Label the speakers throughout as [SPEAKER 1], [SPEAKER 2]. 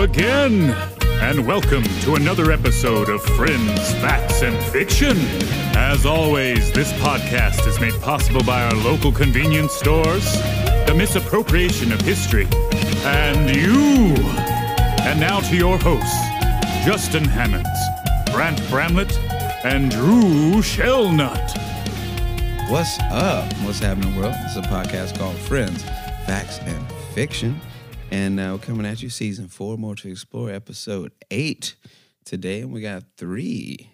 [SPEAKER 1] again, and welcome to another episode of Friends, Facts, and Fiction. As always, this podcast is made possible by our local convenience stores, the misappropriation of history, and you. And now to your hosts, Justin Hammonds, Brant Bramlett, and Drew Shellnut.
[SPEAKER 2] What's up? What's happening, world? This is a podcast called Friends, Facts, and Fiction. And uh, we're coming at you season four, more to explore, episode eight today. And we got 3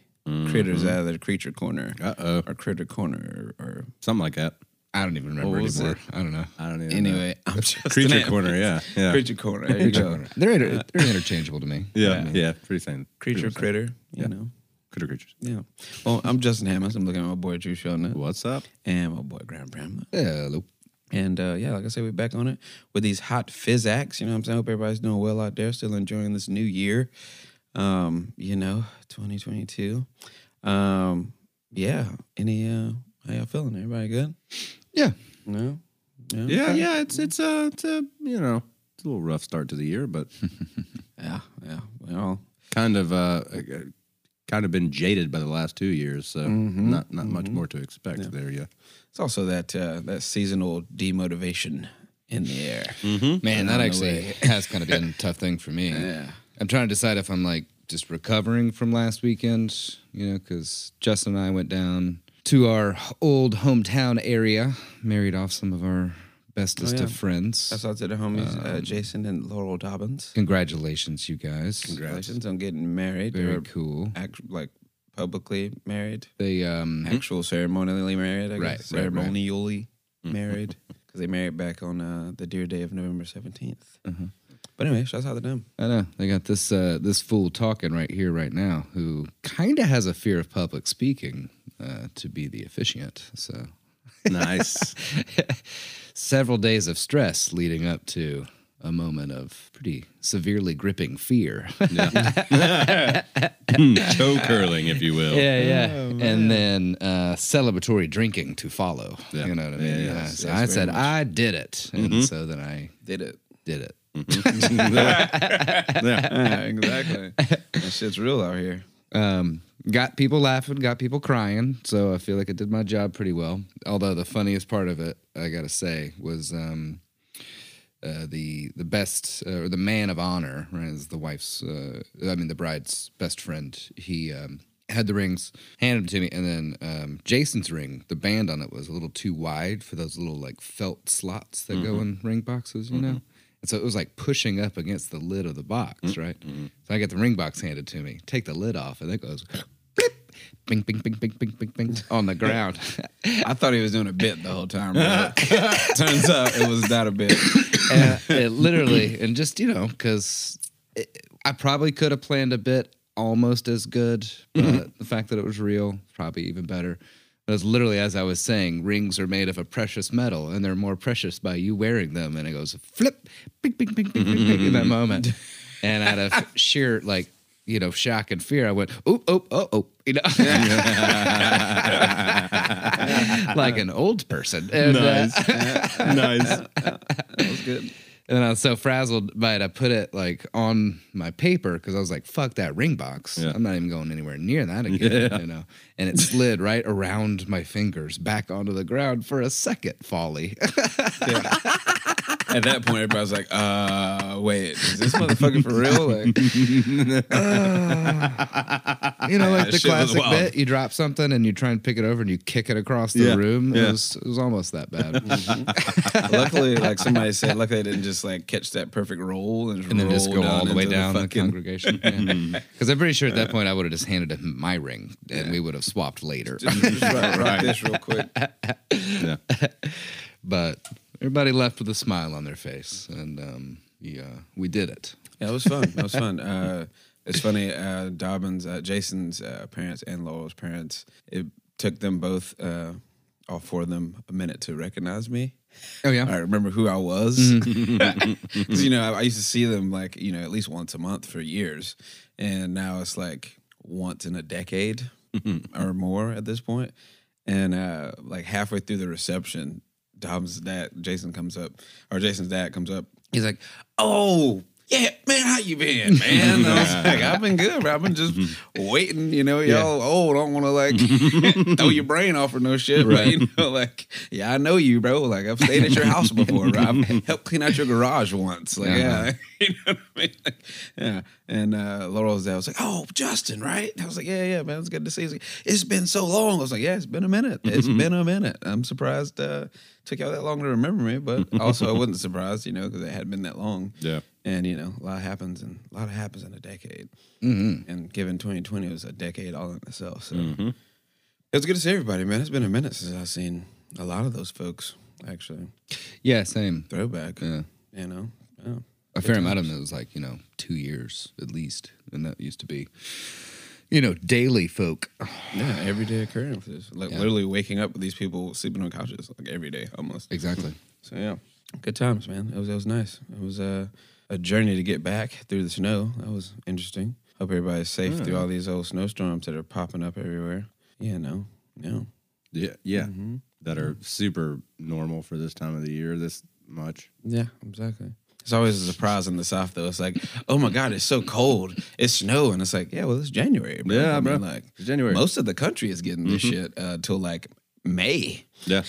[SPEAKER 2] critters out of the creature corner. Uh
[SPEAKER 3] Mm-hmm. Uh-oh.
[SPEAKER 2] Or critter corner. Or, or
[SPEAKER 3] something like that. I don't even remember
[SPEAKER 2] What was
[SPEAKER 3] anymore.
[SPEAKER 2] it?
[SPEAKER 3] I don't know. I don't even
[SPEAKER 2] Anyway, I'm just.
[SPEAKER 3] Creature corner, yeah, yeah.
[SPEAKER 2] Creature corner. There you
[SPEAKER 3] Creature
[SPEAKER 2] go.
[SPEAKER 3] corner. They're inter- they're interchangeable to me.
[SPEAKER 4] Yeah.
[SPEAKER 3] Uh, yeah, yeah, pretty same.
[SPEAKER 2] Creature critter.
[SPEAKER 3] critter,
[SPEAKER 2] You know.
[SPEAKER 3] critter creatures.
[SPEAKER 2] Yeah. Well, I'm Justin Hammonds. I'm looking at my boy Drew Shellnut.
[SPEAKER 3] What's up?
[SPEAKER 2] And my boy Graham Bramlett.
[SPEAKER 3] Hello.
[SPEAKER 2] And uh, yeah, like I said, we're back on it with these hot physics. You know what I'm saying? hope everybody's doing well out there, still enjoying this new year. Um, you know, 2022. Um, yeah. Any uh how y'all feeling? Everybody good?
[SPEAKER 3] Yeah,
[SPEAKER 2] No?
[SPEAKER 3] yeah, yeah. It's it's a it's a you know it's a little rough start to the year, but
[SPEAKER 2] Yeah, yeah. We're all
[SPEAKER 3] kind of uh kind of been jaded by the last two years, so not not much more to expect there. Yeah,
[SPEAKER 2] it's also that uh that seasonal demotivation in the air.
[SPEAKER 4] Man, that
[SPEAKER 2] the
[SPEAKER 4] actually has kind of been a tough thing for me.
[SPEAKER 2] Yeah.
[SPEAKER 4] I'm trying to decide if I'm like just recovering from last weekend, you know, because Justin and I went down to our old hometown area, married off some of our bestest
[SPEAKER 2] Oh, yeah.
[SPEAKER 4] of friends.
[SPEAKER 2] That's out to the homies, uh, Jason and Laurel Dobbins.
[SPEAKER 4] Congratulations, you guys.
[SPEAKER 2] Congratulations on getting married.
[SPEAKER 4] Very
[SPEAKER 2] or
[SPEAKER 4] cool.
[SPEAKER 2] act, like publicly married.
[SPEAKER 4] They um
[SPEAKER 2] actual ceremonially married, I guess.
[SPEAKER 4] Right, right, Mm-hmm. right.
[SPEAKER 2] Ceremonially married. Because they married back on uh, the Dear Day of November 17th.
[SPEAKER 4] Mm-hmm.
[SPEAKER 2] But anyway, shouts out to them.
[SPEAKER 4] I know they got this uh, this fool talking right here, right now, who kind of has a fear of public speaking uh, to be the officiant. So
[SPEAKER 3] nice.
[SPEAKER 4] several days of stress leading up to a moment of pretty severely gripping fear. yeah,
[SPEAKER 3] Toe curling, if you will.
[SPEAKER 4] yeah.
[SPEAKER 3] Oh,
[SPEAKER 4] and then uh, celebratory drinking to follow.
[SPEAKER 3] Yeah.
[SPEAKER 4] You know what I mean?
[SPEAKER 3] Yeah,
[SPEAKER 4] Yeah.
[SPEAKER 3] yes,
[SPEAKER 4] So I said, I did it. And so then I
[SPEAKER 2] Mm-hmm. Did it.
[SPEAKER 4] did it.
[SPEAKER 2] Yeah, exactly. that shit's real out here.
[SPEAKER 4] Um, got people laughing, got people crying. So I feel like I did my job pretty well. Although the funniest part of it, I gotta say, was um, uh, the the best uh, or the man of honor right, is the wife's. Uh, I mean, the bride's best friend. He um, had the rings, handed them to me, and then um, Jason's ring. The band on it was a little too wide for those little like felt slots that go in ring boxes, you know. And so it was like pushing up against the lid of the box, right? So I get the ring box handed to me, take the lid off, and it goes. blip, Bing, bing, bing, bing, bing, bing, bing on the ground.
[SPEAKER 2] I thought he was doing a bit the whole time. but Turns out it was not a bit.
[SPEAKER 4] and it literally and just you know because i probably could have planned a bit almost as good but the fact that it was real probably even better But it's literally as i was saying rings are made of a precious metal and they're more precious by you wearing them and it goes flip bing bing bing bing bing, bing in that moment and out of sheer like you know shock and fear i went oh oh oh oh you know like an old person And, uh,
[SPEAKER 3] Nice, nice.
[SPEAKER 2] That was good.
[SPEAKER 4] and then I was so frazzled by it, I put it like on my paper because I was like, "Fuck that ring box!
[SPEAKER 3] Yeah.
[SPEAKER 4] I'm not even going anywhere near that again." You know, and it slid right around my fingers back onto the ground for a second folly.
[SPEAKER 2] At that point, everybody's like, uh, wait, is this motherfucker for real? Like,
[SPEAKER 4] Ah. you know,
[SPEAKER 2] that
[SPEAKER 4] like the
[SPEAKER 2] shit was
[SPEAKER 4] classic
[SPEAKER 2] wild.
[SPEAKER 4] bit: you drop something and you try and pick it over and you kick it across the
[SPEAKER 3] Yeah,
[SPEAKER 4] room. It,
[SPEAKER 3] yeah.
[SPEAKER 4] was, it was almost that bad.
[SPEAKER 2] luckily, like somebody said, luckily I didn't just like catch that perfect roll and,
[SPEAKER 4] and then just
[SPEAKER 2] roll
[SPEAKER 4] go all the way
[SPEAKER 2] into
[SPEAKER 4] down the,
[SPEAKER 2] fucking
[SPEAKER 4] congregation. Because I'm pretty sure at that point I would have just handed him my ring and we would have swapped later.
[SPEAKER 2] Just rock, rock this real quick.
[SPEAKER 3] Yeah.
[SPEAKER 4] but everybody left with a smile on their face, and um, yeah, we did it.
[SPEAKER 2] Yeah, it was fun. It was fun. Uh, it's funny. Uh, Dobbins, uh, Jason's uh, parents, and Laurel's parents. It took them both, uh, all four of them, a minute to recognize me.
[SPEAKER 4] Oh yeah, Mm.
[SPEAKER 2] I remember who I was. Because you know, I, I used to see them like you know at least once a month for years, and now it's like once in a decade or more at this point. And uh, like halfway through the reception, Dom's dad, Jason comes up, or Jason's dad comes up. He's like, "Oh, yeah, man, how you been, man? And I was like, I've been good, bro. I've been just waiting. You know, y'all old don't want to like throw your brain off or no shit, right? you know, like, yeah, I know you, bro. Like, I've stayed at your house before, bro. I've helped clean out your garage once. Like, yeah, you know what I mean? Like, yeah. And uh, Laurel's dad was like, oh, Justin, right? I was like, yeah, yeah, man. It's good to see you. He's like, it's been so long. I was like, yeah, it's been a minute. It's been a minute. I'm surprised uh, took y'all that long to remember me, but also I wasn't surprised, you know, because it had been that long.
[SPEAKER 3] Yeah.
[SPEAKER 2] And you know, a lot happens, and a lot happens in a decade. And given 2020 was a decade all in itself, so it was good to see everybody, man. It's been a minute since I've seen a lot of those folks. Actually,
[SPEAKER 4] Yeah, same.
[SPEAKER 2] throwback.
[SPEAKER 4] Yeah.
[SPEAKER 2] You know, yeah.
[SPEAKER 4] A fair amount of them was like, you know, two years at least. And that used to be, you know, daily folk.
[SPEAKER 2] yeah, everyday occurrences. Like literally waking up with these people sleeping on couches like every day almost.
[SPEAKER 4] Exactly.
[SPEAKER 2] So yeah, good times, man. It was it was nice. It was a a journey to get back through the snow. That was interesting. Hope everybody's safe
[SPEAKER 3] Mm.
[SPEAKER 2] through all these old snowstorms that are popping up everywhere. Yeah, no, no.
[SPEAKER 3] Yeah, yeah, that are super normal for this time of the year. This much.
[SPEAKER 2] Yeah, exactly. It's always a surprise in the South, though. It's like, oh my God, it's so cold. It's snow. And it's like, yeah, well, it's January. Bro.
[SPEAKER 3] Yeah,
[SPEAKER 2] I mean,
[SPEAKER 3] bro.
[SPEAKER 2] Like,
[SPEAKER 3] It's January. Mm-hmm.
[SPEAKER 2] Most of the country is getting this shit uh, till like May.
[SPEAKER 3] Yeah.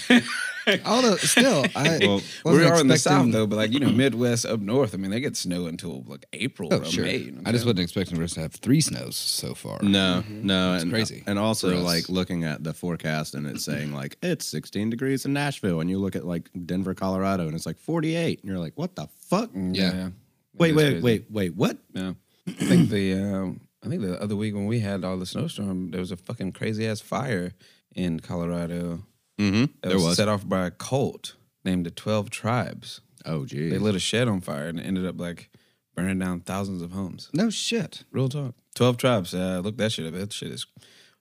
[SPEAKER 4] Although, still, I
[SPEAKER 3] Well,
[SPEAKER 2] we
[SPEAKER 4] wasn't
[SPEAKER 2] are in the South,
[SPEAKER 4] expecting-
[SPEAKER 2] though, but like, you know, Midwest up north, I mean, they get snow until like April
[SPEAKER 4] Oh,
[SPEAKER 2] or
[SPEAKER 4] sure.
[SPEAKER 2] May. you know what
[SPEAKER 4] I
[SPEAKER 2] I'm
[SPEAKER 4] just
[SPEAKER 2] saying?
[SPEAKER 4] wasn't expecting us to have three snows so far.
[SPEAKER 3] No, no, and uh,
[SPEAKER 4] crazy
[SPEAKER 3] And
[SPEAKER 4] for
[SPEAKER 3] also,
[SPEAKER 4] us.
[SPEAKER 3] like looking at the forecast and it's saying like it's 16 degrees in Nashville, and you look at like Denver, Colorado, and it's like 48, and you're like, what the fuck?
[SPEAKER 4] Mm. Yeah.
[SPEAKER 3] Wait,
[SPEAKER 2] It is
[SPEAKER 3] wait,
[SPEAKER 2] crazy.
[SPEAKER 3] wait, wait, what?
[SPEAKER 2] Yeah. I think the um, I think the other week when we had all the snowstorm, there was a fucking crazy ass fire in Colorado.
[SPEAKER 3] Mm-hmm.
[SPEAKER 2] That
[SPEAKER 3] There
[SPEAKER 2] was,
[SPEAKER 3] was.
[SPEAKER 2] set off by a cult named the Twelve Tribes.
[SPEAKER 3] Oh, geez.
[SPEAKER 2] They lit a shed on fire and it ended up like burning down thousands of homes.
[SPEAKER 4] No shit.
[SPEAKER 2] Real talk. Twelve Tribes. Uh, look that shit up. That shit is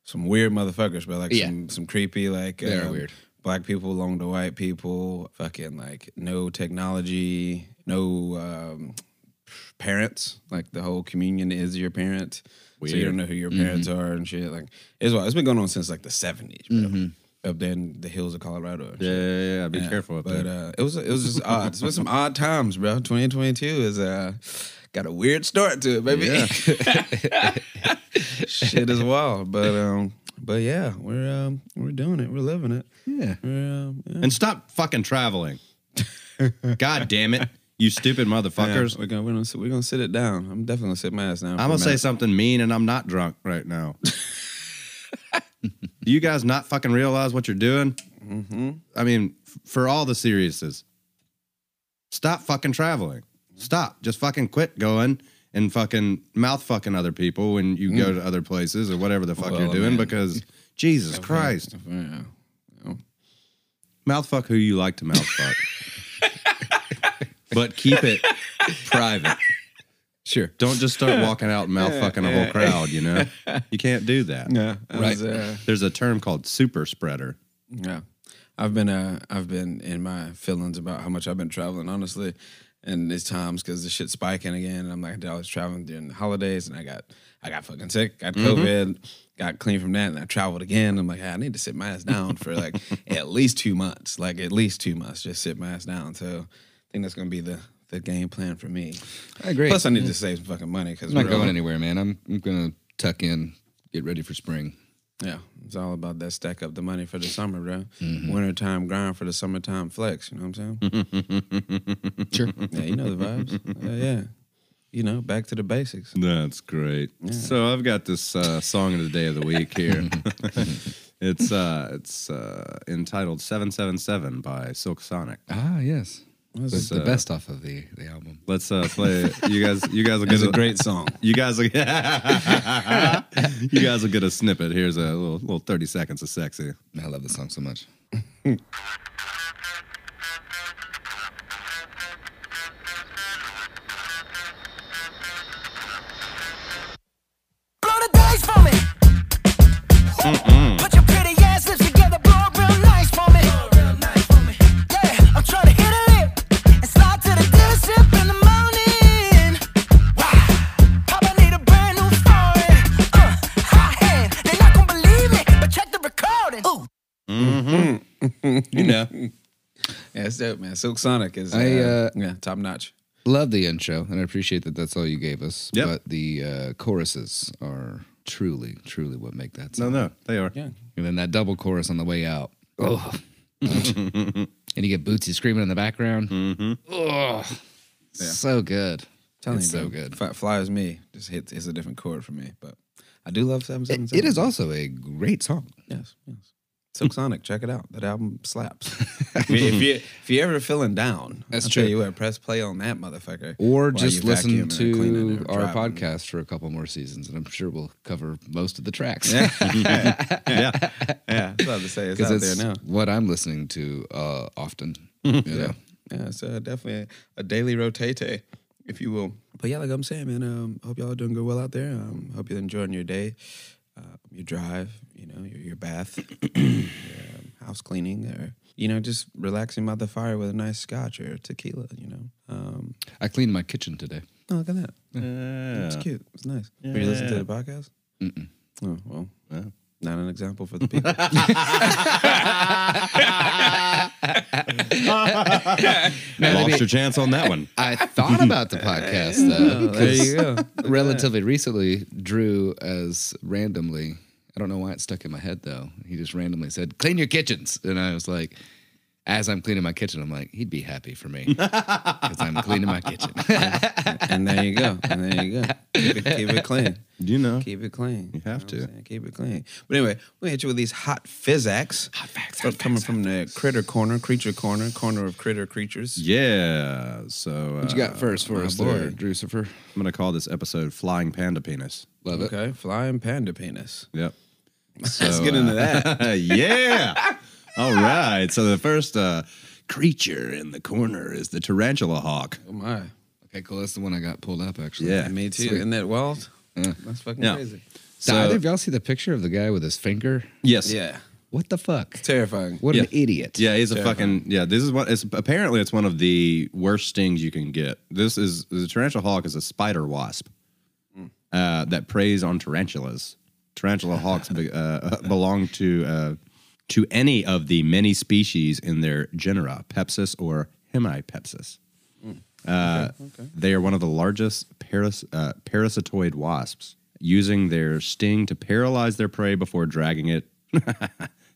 [SPEAKER 2] some weird motherfuckers, but like
[SPEAKER 4] Yeah.
[SPEAKER 2] some some creepy like um,
[SPEAKER 4] They are weird.
[SPEAKER 2] Black people along to white people. Fucking like no technology, no um, parents. Like the whole communion is your parent. So you
[SPEAKER 3] Weird.
[SPEAKER 2] don't know who
[SPEAKER 4] Mm-hmm.
[SPEAKER 2] your parents are and shit. Like it's wild. It's been going on since like the seventies, bro.
[SPEAKER 4] Mm-hmm.
[SPEAKER 2] Up there in the hills of Colorado. and
[SPEAKER 3] yeah,
[SPEAKER 2] shit.
[SPEAKER 3] yeah, yeah, Be careful up
[SPEAKER 2] But
[SPEAKER 3] there.
[SPEAKER 2] uh, it was it was just odd. It's been some odd times, bro. Twenty twenty two is uh got a weird start to it, baby. Shit is wild, but um, but yeah, we're um, we're doing it. We're living it.
[SPEAKER 4] Yeah.
[SPEAKER 2] We're, um, yeah.
[SPEAKER 3] uh, and stop fucking traveling. God damn it, you stupid motherfuckers!
[SPEAKER 2] Yeah, we're gonna we're gonna, sit, we're gonna sit it down. I'm definitely gonna sit my ass down.
[SPEAKER 3] I'm gonna say something mean, and I'm not drunk right now. Do you guys not fucking realize what you're doing? I mean, f- for all the seriousness, stop fucking traveling. Stop. Just fucking quit going and fucking mouth fucking other people when you go to other places or whatever the fuck
[SPEAKER 2] Well,
[SPEAKER 3] you're doing
[SPEAKER 2] man.
[SPEAKER 3] because Jesus Christ,
[SPEAKER 2] Yeah.
[SPEAKER 3] mouth fuck who you like to mouth fuck, but keep it private.
[SPEAKER 4] Sure.
[SPEAKER 3] Don't just start walking out and mouth fucking a whole crowd, you know? You can't do that.
[SPEAKER 2] Yeah, it was,
[SPEAKER 4] Right.
[SPEAKER 2] uh,
[SPEAKER 3] There's a term called super spreader.
[SPEAKER 2] Yeah, I've been uh, I've been in my feelings about how much I've been traveling, honestly, and it's times because the shit's spiking again, and I'm like, I was traveling during the holidays, and I got I got fucking sick, got
[SPEAKER 4] Mm-hmm.
[SPEAKER 2] COVID, got clean from that, and I traveled again. I'm like, "Ah, I need to sit my ass down for like at least two months, like at least two months, just sit my ass down. So I think that's gonna be the the game plan for me.
[SPEAKER 4] I agree.
[SPEAKER 2] Plus, I need to save some fucking money because
[SPEAKER 4] I'm not going anywhere, man. I'm, I'm going to tuck in, get ready for spring.
[SPEAKER 2] Yeah, it's all about that stack up the money for the summer, bro.
[SPEAKER 4] Mm-hmm.
[SPEAKER 2] Wintertime grind for the summertime flex. You know what I'm saying?
[SPEAKER 4] Sure.
[SPEAKER 2] yeah, you know the vibes. Uh, yeah, you know, back to the basics.
[SPEAKER 3] That's great. So I've got this uh, song of the day of the week here. it's uh, it's uh, entitled 777 by Silk Sonic. uh,
[SPEAKER 4] Ah, yes.
[SPEAKER 2] That's
[SPEAKER 4] the best off of the, the album.
[SPEAKER 3] Let's uh, play it. You guys you guys will
[SPEAKER 2] It's
[SPEAKER 3] get
[SPEAKER 2] a great song.
[SPEAKER 3] you guys will, you guys will get a snippet. Here's a little little 30 seconds of sexy.
[SPEAKER 4] I love this song so much.
[SPEAKER 5] Blow the dice for me. Put your pretty ass lips together, blow it real nice for me. Yeah, I'm tryna hit a lick and slide to the dealership in the morning. Wow. Papa need a brand new foreign. Uh, high hand. They not gonna believe me, but check the recording. Ooh.
[SPEAKER 2] You know. yeah, it's dope, man. Silk Sonic is uh,
[SPEAKER 4] I, uh,
[SPEAKER 2] yeah top notch.
[SPEAKER 4] love the intro, and I appreciate that that's all you gave us.
[SPEAKER 3] Yep.
[SPEAKER 4] But the uh, choruses are truly, truly what make that
[SPEAKER 3] No,
[SPEAKER 4] song.
[SPEAKER 3] no, they are.
[SPEAKER 2] Yeah.
[SPEAKER 4] And then that double chorus on the way out. Oh. and you get Bootsy screaming in the background. Mm-hmm. Oh, so good.
[SPEAKER 2] Telling
[SPEAKER 4] it's
[SPEAKER 2] you,
[SPEAKER 4] so
[SPEAKER 2] bro,
[SPEAKER 4] good.
[SPEAKER 2] Fly, uh, fly is me. Just hit. It's a different chord for me, but I do love seven seven
[SPEAKER 4] It-
[SPEAKER 2] seven.
[SPEAKER 4] it is also a great song.
[SPEAKER 2] Yes, yes. Silk Sonic, check it out. That album slaps. if, you, if you if you're ever feeling down,
[SPEAKER 4] That's
[SPEAKER 2] I'll
[SPEAKER 4] true.
[SPEAKER 2] Tell you what, press play on that motherfucker,
[SPEAKER 4] Or
[SPEAKER 2] while
[SPEAKER 4] just
[SPEAKER 2] you vacuuming
[SPEAKER 4] listen
[SPEAKER 2] or
[SPEAKER 4] to
[SPEAKER 2] cleaning or
[SPEAKER 4] our
[SPEAKER 2] driving.
[SPEAKER 4] podcast for a couple more seasons, and I'm sure we'll cover most of the tracks.
[SPEAKER 3] Yeah.
[SPEAKER 2] Yeah, that's what I have to say. It's out
[SPEAKER 4] Because it's
[SPEAKER 2] there now.
[SPEAKER 4] what I'm listening to uh, often. you know?
[SPEAKER 2] Yeah, it's uh, definitely a, a daily rotate, if you will. But yeah, like I'm saying, man, um, hope y'all are doing good well out there. Um, hope you're enjoying your day, uh, your drive, you know, your, your bath, your um, house cleaning, or you know, just relaxing by the fire with a nice scotch or tequila. You know, um,
[SPEAKER 4] I cleaned my kitchen today.
[SPEAKER 2] oh, look at that.
[SPEAKER 3] Yeah.
[SPEAKER 2] It's cute. It's nice. Were you listening to the podcast? Mm-mm. Oh well, not an example for the people.
[SPEAKER 3] Lost your chance on that one.
[SPEAKER 4] I thought about the podcast though.
[SPEAKER 2] there you
[SPEAKER 4] 'cause
[SPEAKER 2] go.
[SPEAKER 4] Relatively recently, Drew as randomly. I don't know why it stuck in my head though. He just randomly said, "Clean your kitchens," and I was like, as I'm cleaning my kitchen, I'm like, he'd be happy for me because I'm cleaning my kitchen.
[SPEAKER 2] and there you go. And there you go. Keep it, keep it clean.
[SPEAKER 3] You know.
[SPEAKER 2] Keep it clean. You
[SPEAKER 3] have
[SPEAKER 2] know what
[SPEAKER 3] to.
[SPEAKER 2] I'm saying? Keep it clean. But anyway, we hit you with these hot physics. Hot facts. coming from the critter corner, creature corner, corner of critter creatures.
[SPEAKER 3] Yeah. So
[SPEAKER 4] what you got
[SPEAKER 3] uh,
[SPEAKER 4] first for
[SPEAKER 2] my
[SPEAKER 4] us, there,
[SPEAKER 2] boy.
[SPEAKER 4] Drucifer?
[SPEAKER 3] I'm gonna call this episode "Flying Panda Penis."
[SPEAKER 4] Love it.
[SPEAKER 2] Okay. Flying panda penis.
[SPEAKER 3] Yep.
[SPEAKER 2] Let's
[SPEAKER 3] So,
[SPEAKER 2] get into
[SPEAKER 3] uh,
[SPEAKER 2] that.
[SPEAKER 3] yeah. All right. So the first uh, creature in the corner is the tarantula hawk.
[SPEAKER 2] Oh my.
[SPEAKER 4] Okay, cool. That's the one I got pulled up actually.
[SPEAKER 3] Yeah.
[SPEAKER 2] Me too. Isn't that wild?
[SPEAKER 4] Yeah.
[SPEAKER 2] That's fucking
[SPEAKER 3] Yeah.
[SPEAKER 2] crazy.
[SPEAKER 4] Did either of y'all see the picture of the guy with his finger?
[SPEAKER 3] Yes.
[SPEAKER 2] Yeah.
[SPEAKER 4] What the fuck?
[SPEAKER 2] Terrifying.
[SPEAKER 4] What an
[SPEAKER 3] Yeah.
[SPEAKER 4] idiot.
[SPEAKER 3] Yeah, he's a
[SPEAKER 2] Terrifying.
[SPEAKER 3] fucking yeah. This is what it's apparently it's one of the worst stings you can get. This is the tarantula hawk is a spider wasp uh, that preys on tarantulas. Tarantula hawks be, uh, uh, belong to uh, to any of the many species in their genera, Pepsis or Hemipepsis. Uh, They are one of the largest paras- uh, parasitoid wasps, using their sting to paralyze their prey before dragging it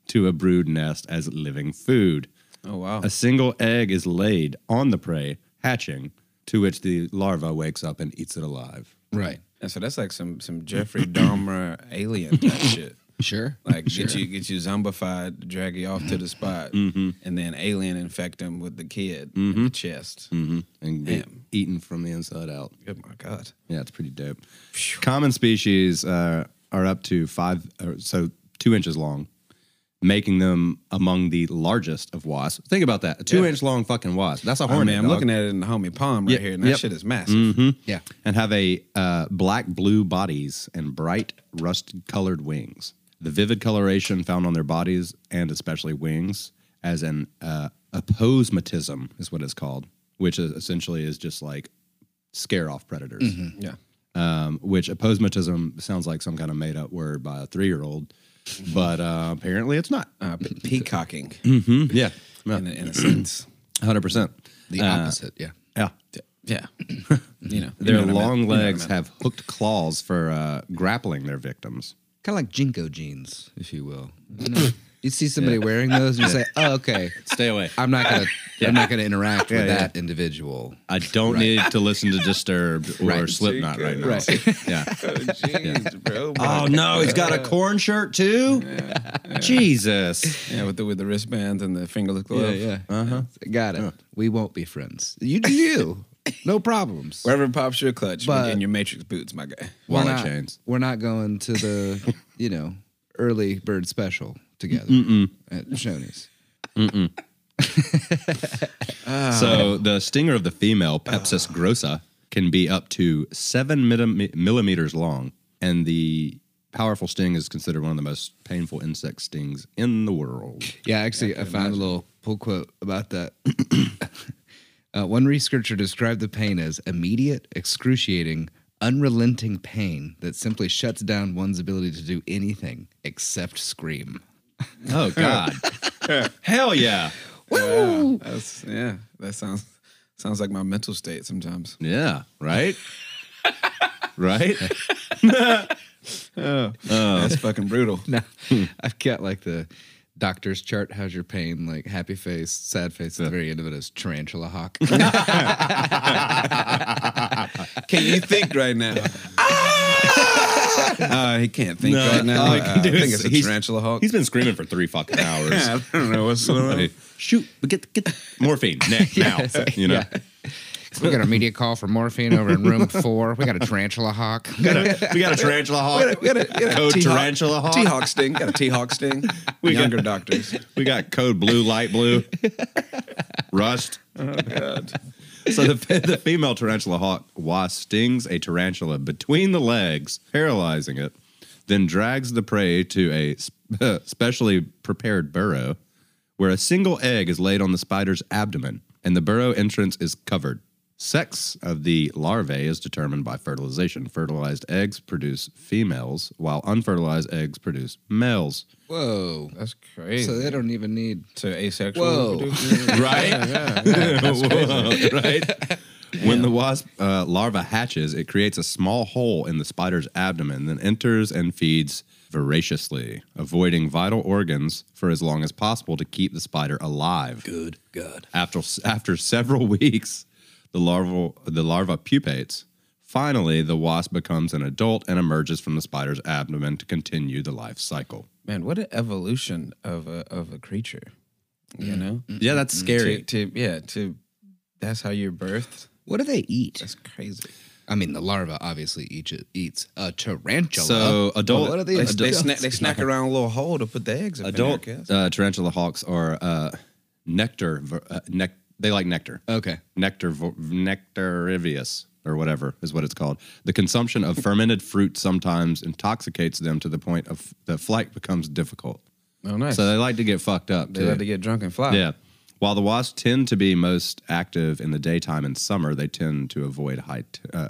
[SPEAKER 3] to a brood nest as living food.
[SPEAKER 2] Oh wow.
[SPEAKER 3] A single egg is laid on the prey, hatching, to which the larva wakes up and eats it alive.
[SPEAKER 4] Right.
[SPEAKER 2] And so that's like some some Jeffrey Dahmer alien type shit.
[SPEAKER 4] Sure.
[SPEAKER 2] Like get you get you zombified, drag you off to the spot, and then alien infect him with the kid in the chest.
[SPEAKER 3] And get
[SPEAKER 2] Mm-hmm. Damn.
[SPEAKER 3] eaten from the inside out.
[SPEAKER 2] Good my god.
[SPEAKER 3] Yeah, it's pretty dope. Common species uh, are up to five, or so two inches long, making them among the largest of wasps. Think about that. A two
[SPEAKER 2] Yeah.
[SPEAKER 3] inch long fucking wasp. That's a
[SPEAKER 2] I
[SPEAKER 3] hornet.
[SPEAKER 2] mean, I'm
[SPEAKER 3] dog.
[SPEAKER 2] looking at it in the homie palm right
[SPEAKER 3] Yep,
[SPEAKER 2] here, and that
[SPEAKER 3] yep. Mm-hmm.
[SPEAKER 2] shit is massive.
[SPEAKER 4] Yeah.
[SPEAKER 3] and have a uh, black blue bodies and bright rust colored wings. The vivid coloration found on their bodies and especially wings as an uh, aposematism is what it's called, which is essentially is just like scare off predators.
[SPEAKER 2] Yeah.
[SPEAKER 3] Um, which aposematism sounds like some kind of made up word by a three year old,
[SPEAKER 2] Mm-hmm.
[SPEAKER 3] but uh, apparently it's not.
[SPEAKER 2] Uh, pe- peacocking,
[SPEAKER 3] Mm-hmm.
[SPEAKER 2] Mm-hmm.
[SPEAKER 3] Yeah,
[SPEAKER 2] in, a, in a sense.
[SPEAKER 3] hundred percent.
[SPEAKER 4] The opposite. Yeah.
[SPEAKER 3] Yeah.
[SPEAKER 2] Yeah. you know,
[SPEAKER 3] Their
[SPEAKER 2] you know what I meant.
[SPEAKER 3] long
[SPEAKER 2] You know what I
[SPEAKER 3] legs
[SPEAKER 2] meant.
[SPEAKER 3] have hooked claws for uh, grappling their victims.
[SPEAKER 4] Kind of like Jinko jeans, if you will. You, know, you see somebody wearing those and you say, "Oh, okay,
[SPEAKER 3] Stay away.
[SPEAKER 4] I'm not gonna, I'm not gonna interact with
[SPEAKER 3] Yeah, yeah.
[SPEAKER 4] that individual."
[SPEAKER 3] I don't need to listen to Disturbed or
[SPEAKER 4] Right.
[SPEAKER 3] Slipknot right now.
[SPEAKER 4] Right.
[SPEAKER 3] Yeah.
[SPEAKER 2] Jeez, bro.
[SPEAKER 3] Oh no, he's got a corn shirt too. Jesus.
[SPEAKER 2] Yeah, with the with the wristbands and the fingerless glove.
[SPEAKER 4] Uh huh. Got it. We won't be friends. You do you. no problems.
[SPEAKER 2] Wherever pops your clutch
[SPEAKER 4] But-
[SPEAKER 2] in your Matrix boots, my guy.
[SPEAKER 4] We're
[SPEAKER 3] Wallet
[SPEAKER 4] not,
[SPEAKER 3] chains.
[SPEAKER 4] We're not going to the, you know, early bird special together at Shoney's.
[SPEAKER 3] So the stinger of the female Pepsis
[SPEAKER 4] Ah.
[SPEAKER 3] grossa can be up to seven millim- millimeters long, and the powerful sting is considered one of the most painful insect stings in the world.
[SPEAKER 4] Yeah, actually, I, found a little pull quote about that. uh, one researcher described the pain as immediate, excruciating, unrelenting pain that simply shuts down one's ability to do anything except scream.
[SPEAKER 3] Oh God. Hell yeah.
[SPEAKER 2] Wow, that's yeah. That sounds Sounds like my mental state sometimes.
[SPEAKER 3] Yeah, right? right? Oh.
[SPEAKER 2] That's fucking brutal.
[SPEAKER 4] No, I've got like the doctor's chart. How's your pain? Like happy face, sad face. At the very end of it is tarantula hawk.
[SPEAKER 2] Can you think right now? uh, he can't think
[SPEAKER 3] No,
[SPEAKER 2] right now.
[SPEAKER 3] all he can
[SPEAKER 2] Uh,
[SPEAKER 3] do
[SPEAKER 2] I think
[SPEAKER 3] is-
[SPEAKER 2] it's a
[SPEAKER 3] he's-
[SPEAKER 2] tarantula hawk.
[SPEAKER 3] He's been screaming for three fucking hours.
[SPEAKER 2] I don't know what's going on.
[SPEAKER 3] Hey, shoot, get get morphine neck now. You know,
[SPEAKER 4] we got a media call for morphine over in room four. We got a tarantula hawk.
[SPEAKER 3] we got a tarantula hawk.
[SPEAKER 2] We got a, we got a
[SPEAKER 3] Code
[SPEAKER 2] T-Hawk-
[SPEAKER 3] tarantula hawk.
[SPEAKER 2] T-Hawk sting. Got a T-Hawk sting.
[SPEAKER 3] We got-
[SPEAKER 2] Younger doctors.
[SPEAKER 3] We got code blue, light blue, rust. So the, the female tarantula hawk wasp stings a tarantula between the legs, paralyzing it, then drags the prey to a sp- specially prepared burrow where a single egg is laid on the spider's abdomen and the burrow entrance is covered. Sex of the larvae is determined by fertilization. Fertilized eggs produce females, while unfertilized eggs produce males.
[SPEAKER 4] Whoa.
[SPEAKER 2] That's crazy.
[SPEAKER 4] So they don't even need.
[SPEAKER 2] So asexual.
[SPEAKER 4] Whoa.
[SPEAKER 3] right? Whoa, right? When the wasp uh, larva hatches, it creates a small hole in the spider's abdomen, then enters and feeds voraciously, avoiding vital organs for as long as possible to keep the spider alive.
[SPEAKER 4] Good God.
[SPEAKER 3] After after several weeks, the larval the larva pupates. Finally, the wasp becomes an adult and emerges from the spider's abdomen to continue the life cycle.
[SPEAKER 2] Man, what an evolution of a of a creature. You know?
[SPEAKER 3] Yeah, that's
[SPEAKER 4] Mm-hmm.
[SPEAKER 2] To, Mm-hmm. to yeah, to that's how you're birthed.
[SPEAKER 4] What do they eat?
[SPEAKER 2] That's crazy.
[SPEAKER 4] I mean, the larva obviously eats eats a tarantula.
[SPEAKER 3] So adult,
[SPEAKER 4] What are
[SPEAKER 2] They,
[SPEAKER 4] they?
[SPEAKER 2] they, snack, they snack around a little hole to put the eggs up
[SPEAKER 3] Adult
[SPEAKER 2] in there, I guess.
[SPEAKER 3] uh, tarantula hawks are uh, nectar ver- uh, nec- They like nectar.
[SPEAKER 4] Okay.
[SPEAKER 3] Nectar nectarivius or whatever is what it's called. The consumption of fermented fruit sometimes intoxicates them to the point of that flight becomes difficult.
[SPEAKER 2] Oh, nice.
[SPEAKER 3] So they like to get fucked up.
[SPEAKER 2] they
[SPEAKER 3] too.
[SPEAKER 2] love to get drunk and fly.
[SPEAKER 3] yeah. While the wasps tend to be most active in the daytime and summer, they tend to avoid high. T- uh,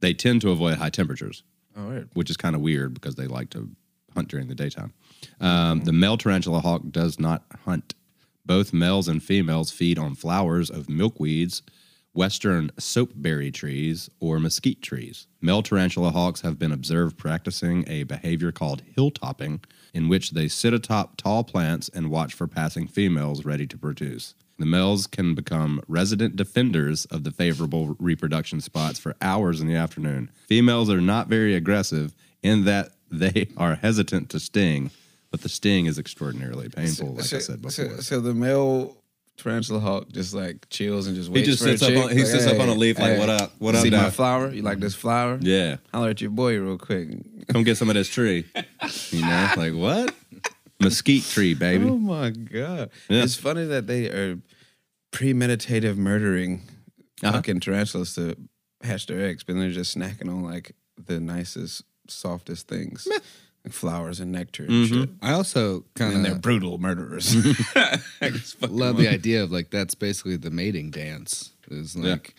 [SPEAKER 3] they tend to avoid high temperatures
[SPEAKER 2] All right.
[SPEAKER 3] which is kind of weird because they like to hunt during the daytime. Um, The male tarantula hawk does not hunt. Both males and females feed on flowers of milkweeds, western soapberry trees, or mesquite trees. Male tarantula hawks have been observed practicing a behavior called hilltopping, in which they sit atop tall plants and watch for passing females ready to produce. The males can become resident defenders of the favorable reproduction spots for hours in the afternoon. Females are not very aggressive in that they are hesitant to sting, but the sting is extraordinarily painful, like I said
[SPEAKER 2] so,
[SPEAKER 3] before.
[SPEAKER 2] so the male tarantula hawk just like chills and just waits.
[SPEAKER 3] just
[SPEAKER 2] for a
[SPEAKER 3] sits up
[SPEAKER 2] chick,
[SPEAKER 3] on- he sits up on a leaf like, "What up? What up,
[SPEAKER 2] See my
[SPEAKER 3] doc?"
[SPEAKER 2] flower? You like this flower?
[SPEAKER 3] Yeah,
[SPEAKER 2] Holler at your boy real quick.
[SPEAKER 3] come get some of this tree. You know, like what? Mesquite tree, baby.
[SPEAKER 2] Oh my god!
[SPEAKER 3] Yeah.
[SPEAKER 2] It's funny that they are premeditative murdering
[SPEAKER 3] Uh-huh.
[SPEAKER 2] fucking tarantulas to hatch their eggs, but they're just snacking on like the nicest, softest things, like flowers and nectar and
[SPEAKER 3] Mm-hmm.
[SPEAKER 2] shit.
[SPEAKER 4] I also
[SPEAKER 2] And
[SPEAKER 4] kind
[SPEAKER 2] they're
[SPEAKER 4] of
[SPEAKER 2] brutal murderers.
[SPEAKER 4] love the idea of like that's basically the mating dance is like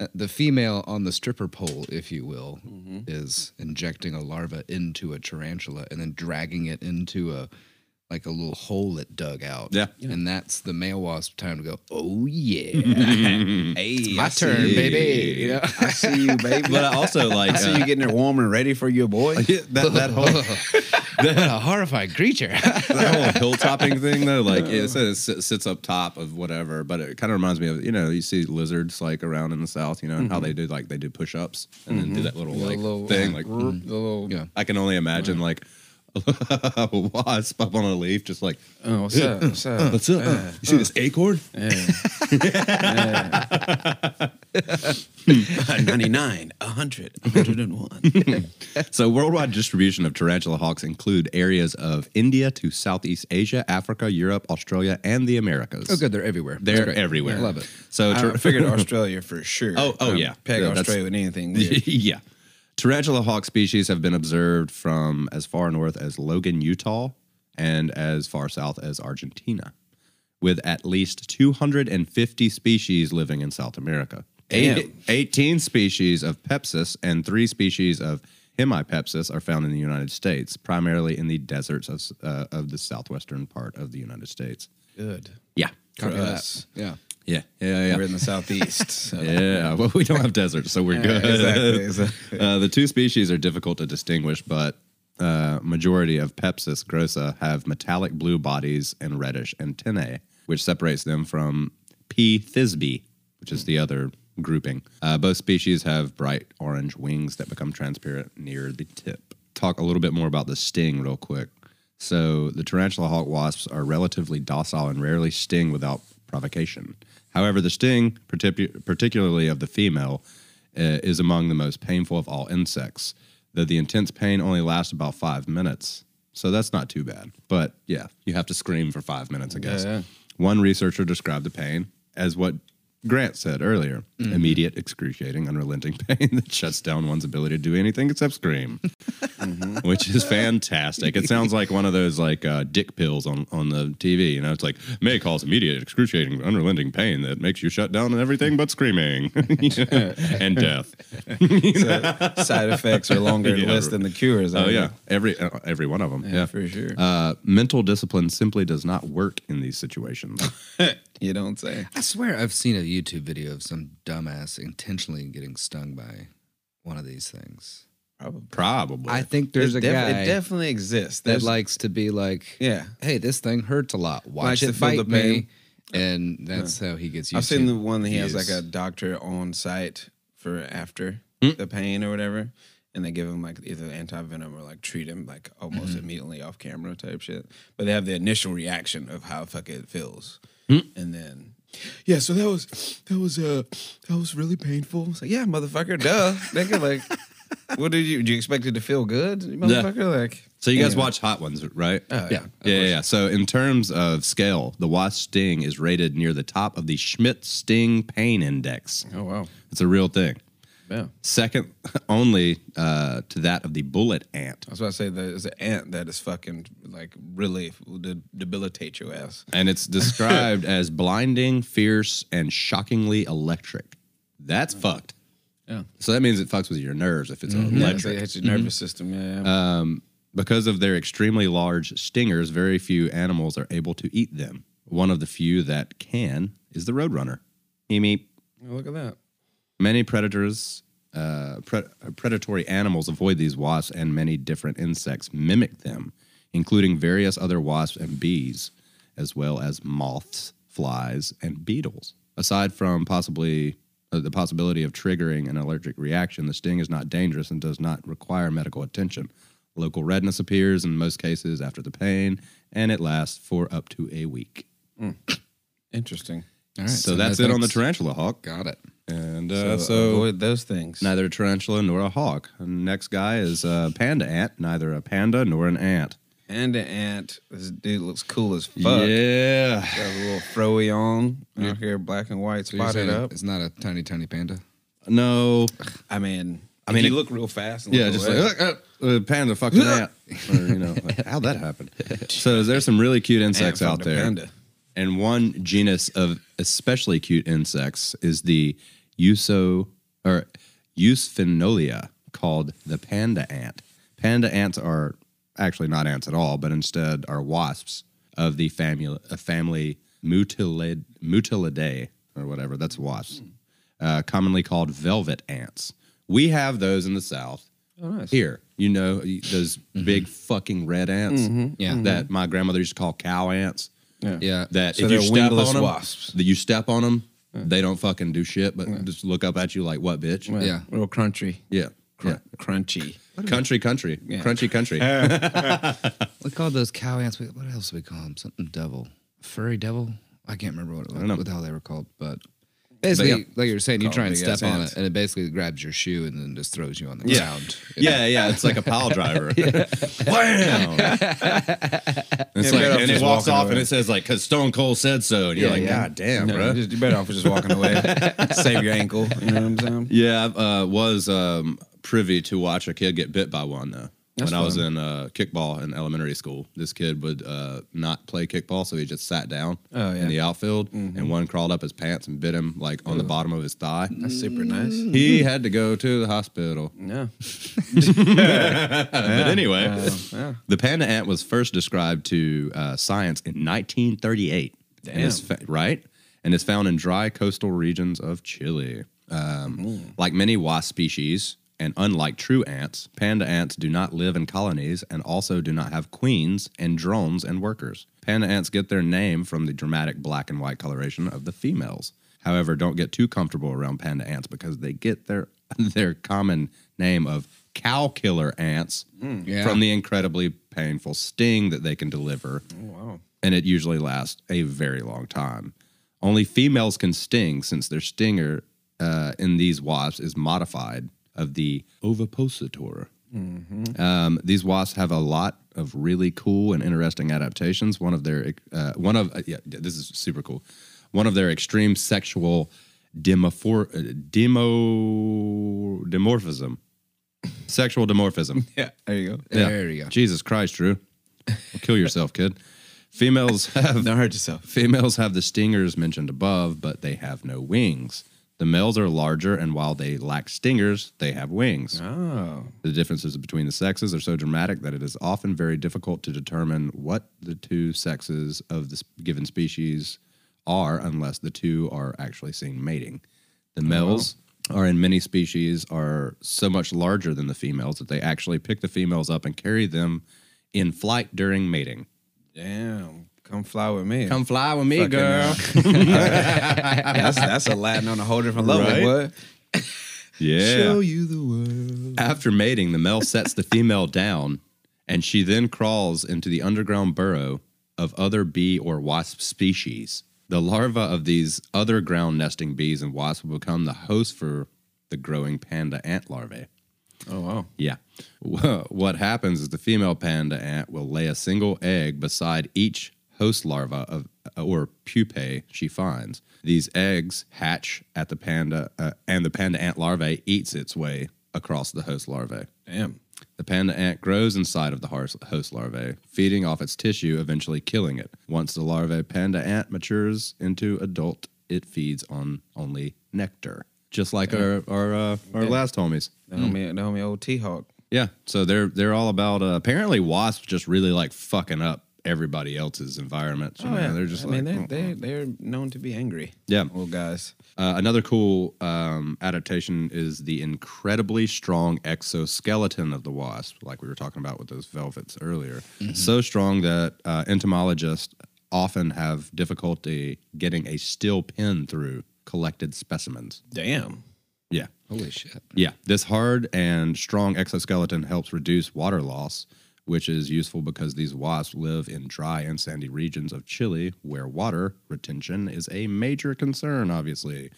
[SPEAKER 4] uh, the female on the stripper pole, if you will,
[SPEAKER 2] Mm-hmm.
[SPEAKER 4] is injecting a larva into a tarantula and then dragging it into a like a little hole it dug out.
[SPEAKER 3] Yeah.
[SPEAKER 4] and that's the male wasp time to go. Oh yeah,
[SPEAKER 2] hey,
[SPEAKER 4] my
[SPEAKER 2] I see
[SPEAKER 4] turn,
[SPEAKER 2] you.
[SPEAKER 4] baby. You know?
[SPEAKER 2] I see you, baby.
[SPEAKER 3] But I also like
[SPEAKER 2] I see
[SPEAKER 3] uh,
[SPEAKER 2] you getting there warm and ready for your boy.
[SPEAKER 3] Yeah, that, that whole
[SPEAKER 4] what a horrifying creature.
[SPEAKER 3] that whole hilltopping thing though, like it says it sits up top of whatever, but it kind of reminds me of you know you see lizards like around in the south, you know,
[SPEAKER 4] Mm-hmm.
[SPEAKER 3] and how they do like they do push ups and then do that little like
[SPEAKER 2] little-
[SPEAKER 3] thing. Like
[SPEAKER 2] The little,
[SPEAKER 4] uh, mm. yeah.
[SPEAKER 3] I can only imagine like a wasp up on a leaf, just like
[SPEAKER 2] oh, what's up? What's
[SPEAKER 4] Uh,
[SPEAKER 2] up?
[SPEAKER 3] what's up? you see this acorn?
[SPEAKER 2] Uh, 99, 100, 101.
[SPEAKER 3] So, worldwide distribution of tarantula hawks include areas of India to Southeast Asia, Africa, Europe, Australia, and the Americas.
[SPEAKER 4] Oh, good. They're everywhere. That's
[SPEAKER 3] They're
[SPEAKER 4] great.
[SPEAKER 3] everywhere.
[SPEAKER 4] Love it.
[SPEAKER 3] So,
[SPEAKER 2] I
[SPEAKER 3] tar-
[SPEAKER 2] figured Australia for sure.
[SPEAKER 3] Oh, oh,
[SPEAKER 2] Um,
[SPEAKER 3] yeah.
[SPEAKER 2] Peg
[SPEAKER 3] Yeah, that's-
[SPEAKER 2] Australia with anything weird.
[SPEAKER 3] yeah. Tarantula hawk species have been observed from as far north as Logan, Utah, and as far south as Argentina, with at least 250 species living in South America. Eight, 18 species of Pepsis and three species of Hemipepsis are found in the United States, primarily in the deserts of, uh, of the southwestern part of the United States.
[SPEAKER 2] Good.
[SPEAKER 3] Yeah.
[SPEAKER 2] For
[SPEAKER 4] Copy that.
[SPEAKER 2] us.
[SPEAKER 4] Yeah.
[SPEAKER 3] Yeah, yeah, yeah.
[SPEAKER 2] We're in the southeast. So.
[SPEAKER 3] Yeah, well, we don't have deserts, so we're good.
[SPEAKER 2] exactly, exactly.
[SPEAKER 3] Uh, the two species are difficult to distinguish, but uh, majority of Pepsis grossa have metallic blue bodies and reddish antennae, which separates them from P. thisbe, which is the other grouping. Uh, both species have bright orange wings that become transparent near the tip. Talk a little bit more about the sting, real quick. So the tarantula hawk wasps are relatively docile and rarely sting without provocation. However, the sting, particu- particularly of the female, uh, is among the most painful of all insects, though the intense pain only lasts about five minutes. So that's not too bad. But yeah, you have to scream for five minutes, I guess.
[SPEAKER 2] yeah.
[SPEAKER 3] One researcher described the pain as what Grant said earlier
[SPEAKER 2] Mm-hmm.
[SPEAKER 3] immediate, excruciating, unrelenting pain that shuts down one's ability to do anything except scream which is fantastic. It sounds like one of those like uh, dick pills on on the TV. You know, it's like may cause immediate, excruciating, unrelenting pain that makes you shut down and everything but screaming You know, and death.
[SPEAKER 2] Side effects are longer and
[SPEAKER 3] Yeah.
[SPEAKER 2] less than the cures. I
[SPEAKER 3] Oh
[SPEAKER 2] mean.
[SPEAKER 3] yeah, every uh, every one of them. Yeah,
[SPEAKER 2] for sure.
[SPEAKER 3] Uh, mental discipline simply does not work in these situations.
[SPEAKER 2] You don't say.
[SPEAKER 4] I swear I've seen a YouTube video of some dumbass intentionally getting stung by one of these things.
[SPEAKER 2] Probably.
[SPEAKER 3] Probably.
[SPEAKER 4] I think there's
[SPEAKER 2] It
[SPEAKER 4] a
[SPEAKER 2] def-
[SPEAKER 4] guy
[SPEAKER 2] It definitely exists.
[SPEAKER 4] that
[SPEAKER 2] There's
[SPEAKER 4] likes to be like,
[SPEAKER 2] Yeah.
[SPEAKER 4] hey, this thing hurts a lot.
[SPEAKER 2] Likes
[SPEAKER 4] Watch
[SPEAKER 2] to
[SPEAKER 4] it
[SPEAKER 2] feel the
[SPEAKER 4] bite me. And that's how he gets used
[SPEAKER 2] I've seen
[SPEAKER 4] to
[SPEAKER 2] the one that he has like
[SPEAKER 4] use.
[SPEAKER 2] a doctor on site for after
[SPEAKER 3] Hmm?
[SPEAKER 2] the pain or whatever, and they give him like either anti venom or like treat him like almost
[SPEAKER 3] Mm-hmm.
[SPEAKER 2] immediately off camera type shit. But they have the initial reaction of how fuck it feels,
[SPEAKER 3] Hmm?
[SPEAKER 2] and then. Yeah, so that was that was uh that was really painful. It's like, yeah, motherfucker, duh. Nigga, like what did you do you expect it to feel good? Motherfucker, like
[SPEAKER 3] so you guys watch Hot Ones, right?
[SPEAKER 4] yeah.
[SPEAKER 3] yeah, yeah, yeah. So in terms of scale, the wasp sting is rated near the top of the Schmidt Sting Pain Index.
[SPEAKER 2] Oh wow.
[SPEAKER 3] It's a real thing.
[SPEAKER 2] Yeah.
[SPEAKER 3] second only uh, to that of the bullet ant.
[SPEAKER 2] I was about to say there's an ant that is fucking like really will de- debilitate your ass.
[SPEAKER 3] And it's described as blinding, fierce, and shockingly electric. That's fucked.
[SPEAKER 2] Yeah.
[SPEAKER 3] So that means it fucks with your nerves if it's electric.
[SPEAKER 2] Yeah, Mm-hmm. it's your nervous system. Yeah, yeah.
[SPEAKER 3] Because of their extremely large stingers, very few animals are able to eat them. One of the few that can is the roadrunner. Meep, meep.
[SPEAKER 2] Oh, look at that.
[SPEAKER 3] Many predators, uh, pre- predatory animals avoid these wasps, and many different insects mimic them, including various other wasps and bees, as well as moths, flies, and beetles. Aside from possibly uh, the possibility of triggering an allergic reaction, the sting is not dangerous and does not require medical attention. Local redness appears in most cases after the pain, and it lasts for up to a week.
[SPEAKER 2] Interesting.
[SPEAKER 4] All right,
[SPEAKER 3] so that's it on the tarantula hawk.
[SPEAKER 4] Got it.
[SPEAKER 3] And uh, so,
[SPEAKER 2] avoid those things.
[SPEAKER 3] Neither a tarantula nor a hawk. And next guy is a panda ant. Neither a panda nor an ant.
[SPEAKER 2] and the ant. This dude looks cool as fuck.
[SPEAKER 3] Yeah.
[SPEAKER 2] Got a little froey on out here, black and white,
[SPEAKER 4] So you're
[SPEAKER 2] spotted
[SPEAKER 4] saying
[SPEAKER 2] up.
[SPEAKER 4] It's not a tiny, tiny panda.
[SPEAKER 3] No.
[SPEAKER 2] I mean,
[SPEAKER 3] I mean,
[SPEAKER 2] if you
[SPEAKER 3] it-
[SPEAKER 2] look real fast. And
[SPEAKER 3] Yeah,
[SPEAKER 2] look
[SPEAKER 3] just
[SPEAKER 2] away,
[SPEAKER 3] like uh, uh, uh, panda fucking ant. Or, you know, like, how'd that happen? So there's some really cute insects
[SPEAKER 2] ant
[SPEAKER 3] out
[SPEAKER 2] fucked a
[SPEAKER 3] there.
[SPEAKER 2] Panda.
[SPEAKER 3] And one genus of especially cute insects is the Uso or Usphenolia called the panda ant. Panda ants are actually not ants at all, but instead are wasps of the family, a family mutilid, Mutilidae or whatever. That's wasps, uh, commonly called velvet ants. We have those in the south. Here, you know those big fucking red ants
[SPEAKER 4] Yeah.
[SPEAKER 3] that my grandmother used to call cow ants
[SPEAKER 4] uh, Yeah.
[SPEAKER 3] that
[SPEAKER 2] So
[SPEAKER 3] if you
[SPEAKER 2] they're
[SPEAKER 3] step
[SPEAKER 2] wingless
[SPEAKER 3] on them,
[SPEAKER 2] wasps.
[SPEAKER 3] that you step on them, they don't fucking do shit, but just look up at you like what, bitch?
[SPEAKER 2] Right.
[SPEAKER 4] Yeah.
[SPEAKER 2] real crunchy,
[SPEAKER 3] Yeah,
[SPEAKER 2] Cr- crunchy.
[SPEAKER 3] country, country, crunchy, country.
[SPEAKER 4] We called those cow ants. we- What else do we call them? Something devil, furry devil. I can't remember what,
[SPEAKER 3] know.
[SPEAKER 4] what the hell they were called, but basically,
[SPEAKER 3] yeah.
[SPEAKER 4] like you were saying, you try and
[SPEAKER 2] big ass
[SPEAKER 4] step on
[SPEAKER 2] ants.
[SPEAKER 4] it, and it basically grabs your shoe and then just throws you on the ground.
[SPEAKER 3] yeah, yeah, it's like a pile driver. Wham! it's like,
[SPEAKER 2] off
[SPEAKER 3] and it
[SPEAKER 2] just
[SPEAKER 3] walks
[SPEAKER 2] walking
[SPEAKER 3] off, and
[SPEAKER 2] away.
[SPEAKER 3] it says like, "Cause Stone Cold said so," and you're
[SPEAKER 4] Yeah,
[SPEAKER 3] like,
[SPEAKER 4] yeah.
[SPEAKER 3] "God damn,
[SPEAKER 2] No,
[SPEAKER 3] bro."
[SPEAKER 2] just, you're better off just walking away. Save your ankle. You know what I'm saying?
[SPEAKER 3] Yeah, I uh, was um, privy to watch a kid get bit by one though. when I was in uh, kickball in elementary school, this kid would uh, not play kickball, so he just sat down
[SPEAKER 2] Oh, yeah. Mm-hmm.
[SPEAKER 3] in the outfield, and one crawled up his pants and bit him like on the bottom of his thigh.
[SPEAKER 2] That's super nice.
[SPEAKER 3] He had to go to the hospital.
[SPEAKER 2] Yeah.
[SPEAKER 3] But anyway, the panda ant was first described to uh, science in 1938. And it's fa- right? and is found in dry coastal regions of Chile. Um, Like many wasp species, and unlike true ants, panda ants do not live in colonies and also do not have queens and drones and workers. Panda ants get their name from the dramatic black and white coloration of the females. However, don't get too comfortable around panda ants because they get their their common name of cow killer ants
[SPEAKER 4] Yeah.
[SPEAKER 3] from the incredibly painful sting that they can deliver. And it usually lasts a very long time. Only females can sting since their stinger uh, in these wasps is modified of the ovipositor. Um, these wasps have a lot of really cool and interesting adaptations. One of their uh, one of uh, yeah, this is super cool. One of their extreme sexual demophor- uh, demo demorphism, sexual demorphism.
[SPEAKER 2] Yeah, there you go.
[SPEAKER 4] There you go.
[SPEAKER 3] Jesus Christ, Drew, Well, kill yourself, kid. Females have
[SPEAKER 2] Don't hurt yourself.
[SPEAKER 3] Females have the stingers mentioned above, but they have no wings. The males are larger, and while they lack stingers, they have wings.
[SPEAKER 2] Oh,
[SPEAKER 3] The differences between the sexes are so dramatic that it is often very difficult to determine what the two sexes of the sp- given species are unless the two are actually seen mating. The males are in many species are so much larger than the females that they actually pick the females up and carry them in flight during mating.
[SPEAKER 2] damn. Come fly with me.
[SPEAKER 3] fly with me,
[SPEAKER 2] that's, that's Aladdin on a whole different level.
[SPEAKER 3] Right?
[SPEAKER 2] What?
[SPEAKER 3] Yeah.
[SPEAKER 2] you the world.
[SPEAKER 3] After mating, the male sets the female down, and she then crawls into the underground burrow of other bee or wasp species. The larvae of these other ground nesting bees and wasps will become the host for the growing panda ant larvae.
[SPEAKER 2] Oh wow.
[SPEAKER 3] Yeah. What happens is the female panda ant will lay a single egg beside each host larva of or pupae she finds. These eggs hatch at the panda, uh, and the panda ant larvae eats its way across the host larvae.
[SPEAKER 2] Damn.
[SPEAKER 3] The panda ant grows inside of the har- host larvae, feeding off its tissue, eventually killing it. Once the larvae panda ant matures into adult, it feeds on only nectar, just like our our, uh, our last homies.
[SPEAKER 2] The homie, the homie old T Hawk.
[SPEAKER 3] Yeah, so they're they're all about. Uh, apparently, wasps just really like fucking up everybody else's environment. So, man, they're just
[SPEAKER 2] Oh, I
[SPEAKER 3] like
[SPEAKER 2] mean, they're, they're they're known to be angry.
[SPEAKER 3] Yeah.
[SPEAKER 2] Old guys.
[SPEAKER 3] Uh, another cool um, adaptation is the incredibly strong exoskeleton of the wasp, like we were talking about with those velvets earlier.
[SPEAKER 2] Mm-hmm.
[SPEAKER 3] So strong that uh, entomologists often have difficulty getting a steel pin through collected specimens.
[SPEAKER 2] Damn.
[SPEAKER 3] Yeah.
[SPEAKER 4] Holy shit.
[SPEAKER 3] Yeah, this hard and strong exoskeleton helps reduce water loss, which is useful because these wasps live in dry and sandy regions of Chile where water retention is a major concern, obviously.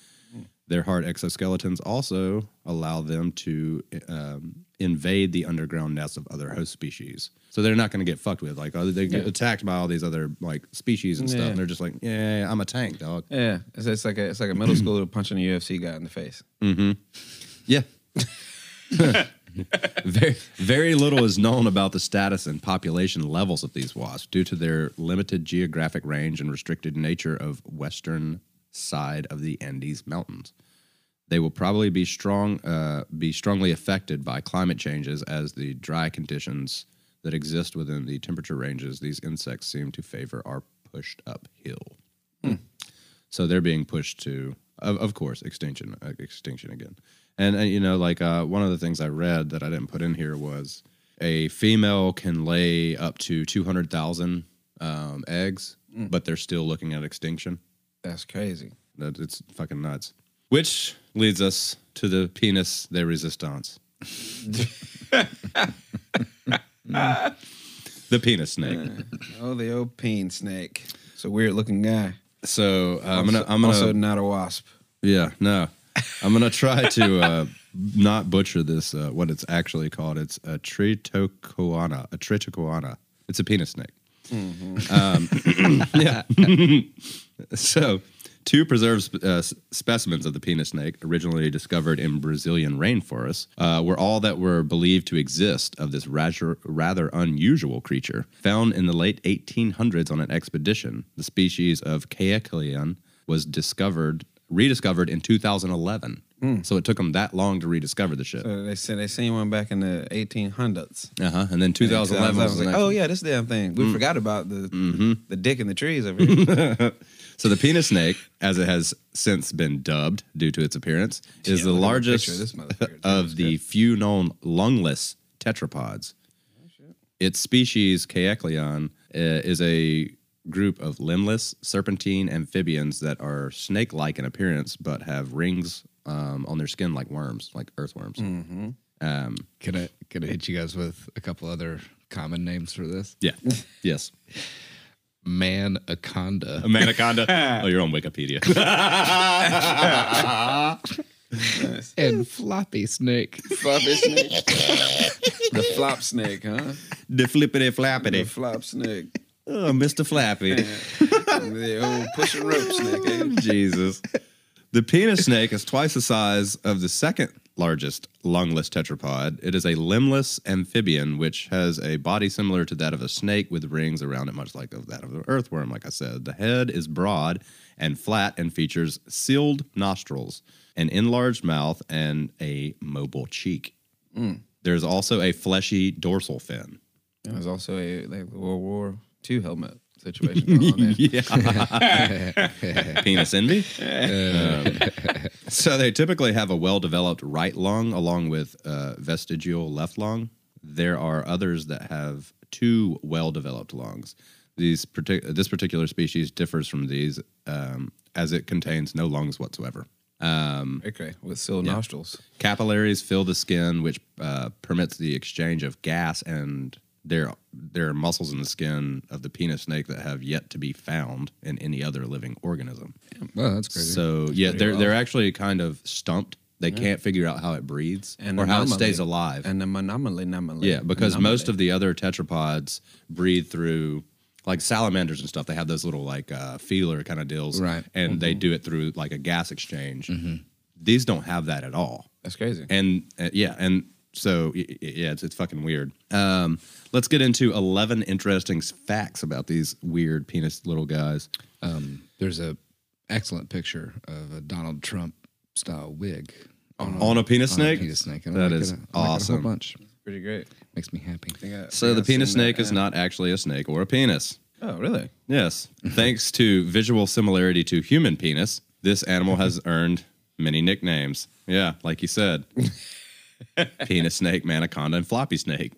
[SPEAKER 3] Their hard exoskeletons also allow them to um, invade the underground nests of other host species. So they're not going to get fucked with. Like, oh, they get attacked by all these other like species and stuff.
[SPEAKER 2] Yeah.
[SPEAKER 3] And they're just like, yeah, I'm a tank, dog.
[SPEAKER 2] Yeah. It's, it's like a it's like a middle schooler punching a UFC guy in the face.
[SPEAKER 3] Yeah. very, very little is known about the status and population levels of these wasps due to their limited geographic range and restricted nature of western side of the Andes Mountains. They will probably be strong, uh, be strongly affected by climate changes as the dry conditions that exist within the temperature ranges these insects seem to favor are pushed uphill. So they're being pushed to, of, of course, extinction, uh, extinction again. And, and you know, like uh, one of the things I read that I didn't put in here was a female can lay up to two hundred thousand um, eggs,
[SPEAKER 2] Mm.
[SPEAKER 3] but they're still looking at extinction.
[SPEAKER 2] That's crazy.
[SPEAKER 3] That it's fucking nuts. Which leads us to the penis de resistance. the penis snake.
[SPEAKER 2] Oh, the old peen snake. It's a weird looking guy.
[SPEAKER 3] So uh, I'm gonna, I'm gonna,
[SPEAKER 2] also not a wasp.
[SPEAKER 3] Yeah, no. I'm going to try to uh, not butcher this, uh, what it's actually called. It's a tritocoana, a tritocoana. It's a penis snake. Um, yeah. so, two preserved sp- uh, s- specimens of the penis snake, originally discovered in Brazilian rainforests, uh, were all that were believed to exist of this rather, rather unusual creature. Found in the late 1800s on an expedition, the species of Caecilion was discovered, rediscovered in 2011. So it took them that long to rediscover the shit.
[SPEAKER 2] Uh, They said they seen one back in the 1800s.
[SPEAKER 3] Uh-huh. And then 2011 was the
[SPEAKER 2] like,
[SPEAKER 3] next
[SPEAKER 2] oh
[SPEAKER 3] one.
[SPEAKER 2] Mm-hmm. yeah, this damn thing. We forgot about the the dick in the trees over here.
[SPEAKER 3] So the penis snake, as it has since been dubbed due to its appearance, is the largest
[SPEAKER 4] picture of this motherfucker.
[SPEAKER 3] of the few known lungless tetrapods. Its species, Caeclion, uh, is a group of limbless serpentine amphibians that are snake-like in appearance but have rings um, on their skin like worms, like earthworms.
[SPEAKER 4] Mm-hmm.
[SPEAKER 3] Um,
[SPEAKER 4] Can I can I hit you guys with a couple other common names for this?
[SPEAKER 3] yeah. yes.
[SPEAKER 4] Manaconda.
[SPEAKER 3] A manaconda. oh, you're on Wikipedia.
[SPEAKER 4] and floppy snake.
[SPEAKER 2] Floppy snake. the flop snake, huh?
[SPEAKER 3] the flippity
[SPEAKER 2] The
[SPEAKER 3] flappity.
[SPEAKER 2] flop snake.
[SPEAKER 3] Oh, Mr. Flappy.
[SPEAKER 2] the old pushing rope snake. eh?
[SPEAKER 3] Jesus. The penis snake is twice the size of the second largest lungless tetrapod. It is a limbless amphibian which has a body similar to that of a snake with rings around it, much like of that of the earthworm, like I said. The head is broad and flat and features sealed nostrils, an enlarged mouth, and a mobile cheek. There's also a fleshy dorsal fin.
[SPEAKER 2] It was also a like World War II helmet situation going on there.
[SPEAKER 3] penis envy. Um, so they typically have a well-developed right lung along with uh, vestigial left lung. There are others that have two well-developed lungs. These partic- this particular species differs from these um, as it contains no lungs whatsoever.
[SPEAKER 2] Okay, with sealed nostrils.
[SPEAKER 3] Capillaries fill the skin, which uh, permits the exchange of gas, and there there are muscles in the skin of the penis snake that have yet to be found in any other living organism.
[SPEAKER 4] Well, that's crazy.
[SPEAKER 3] So yeah, they're they're actually kind of stumped. They can't figure out how it breathes
[SPEAKER 2] And
[SPEAKER 3] or how it
[SPEAKER 2] anomaly.
[SPEAKER 3] stays alive.
[SPEAKER 2] And an anomaly, anomaly.
[SPEAKER 3] yeah, because
[SPEAKER 2] anomaly.
[SPEAKER 3] most of the other tetrapods breathe through like salamanders and stuff. They have those little like uh, feeler kind of deals,
[SPEAKER 4] Right. Mm-hmm.
[SPEAKER 3] And they do it through like a gas exchange. These don't have that at all.
[SPEAKER 2] that's crazy.
[SPEAKER 3] And uh, yeah, and so y- y- yeah, it's, it's fucking weird. Um, let's get into eleven interesting s- facts about these weird penis little guys.
[SPEAKER 4] There's a excellent picture of a Donald Trump style wig on a,
[SPEAKER 3] On a penis
[SPEAKER 4] Oh, on a
[SPEAKER 3] snake,
[SPEAKER 4] penis snake. And I
[SPEAKER 3] That
[SPEAKER 4] like it
[SPEAKER 3] is
[SPEAKER 4] a- I like it a whole
[SPEAKER 3] awesome.
[SPEAKER 4] bunch.
[SPEAKER 2] Pretty great.
[SPEAKER 4] Makes me happy.
[SPEAKER 2] Yeah,
[SPEAKER 3] So
[SPEAKER 2] yeah,
[SPEAKER 3] the
[SPEAKER 2] I've seen
[SPEAKER 3] penis
[SPEAKER 2] that,
[SPEAKER 3] snake is
[SPEAKER 2] yeah.
[SPEAKER 3] not actually a snake or a penis.
[SPEAKER 2] Oh, really?
[SPEAKER 3] Yes. Thanks to visual similarity to human penis, this animal has earned many nicknames. Yeah, like you said. penis snake, manaconda, and floppy snake.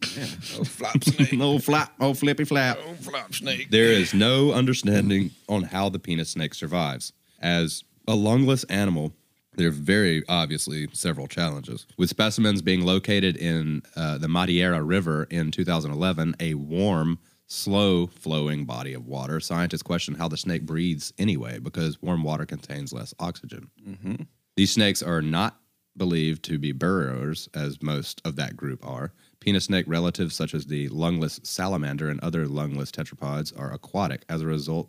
[SPEAKER 2] Oh, flop snake.
[SPEAKER 3] No flap, oh flippy flap.
[SPEAKER 2] oh, flop snake.
[SPEAKER 3] There is no understanding on how the penis snake survives. As a lungless animal, there are very obviously several challenges. With specimens being located in uh, the Madeira River in 2011, a warm, slow flowing body of water, scientists question how the snake breathes anyway because warm water contains less oxygen. These snakes are not believed to be burrowers, as most of that group are. Penis snake relatives, such as the lungless salamander and other lungless tetrapods, are aquatic. As a result,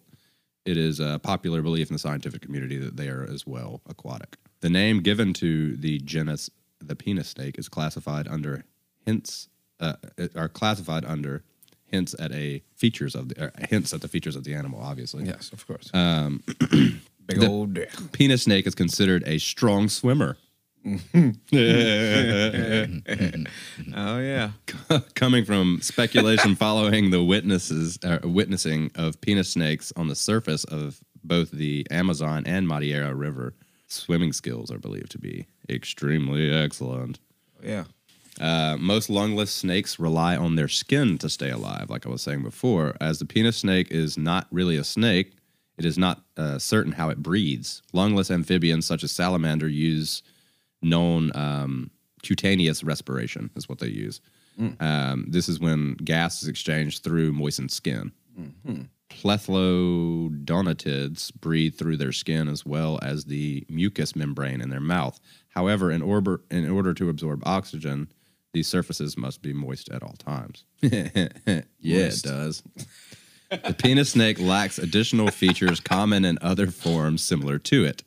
[SPEAKER 3] it is a popular belief in the scientific community that they are as well aquatic. The name given to the genus the penis snake is classified under hints uh, are classified under hints at a features of the or hints at the features of the animal. Obviously,
[SPEAKER 2] Yes, of course. Um, Big old dick.
[SPEAKER 3] penis snake is considered a strong swimmer.
[SPEAKER 2] Oh, yeah.
[SPEAKER 3] coming from speculation following the witnesses uh, witnessing of penis snakes on the surface of both the Amazon and Madeira River. Swimming skills are believed to be extremely excellent.
[SPEAKER 2] Yeah.
[SPEAKER 3] Uh, most lungless snakes rely on their skin to stay alive, like I was saying before. As the penis snake is not really a snake, it is not uh, certain how it breathes. Lungless amphibians such as salamander use known um, cutaneous respiration, is what they use. Um, this is when gas is exchanged through moistened skin. Plethodontids breathe through their skin as well as the mucous membrane in their mouth. However, in, orber, in order to absorb oxygen, these surfaces must be moist at all times. yeah, it does. The penis snake lacks additional features common in other forms similar to it.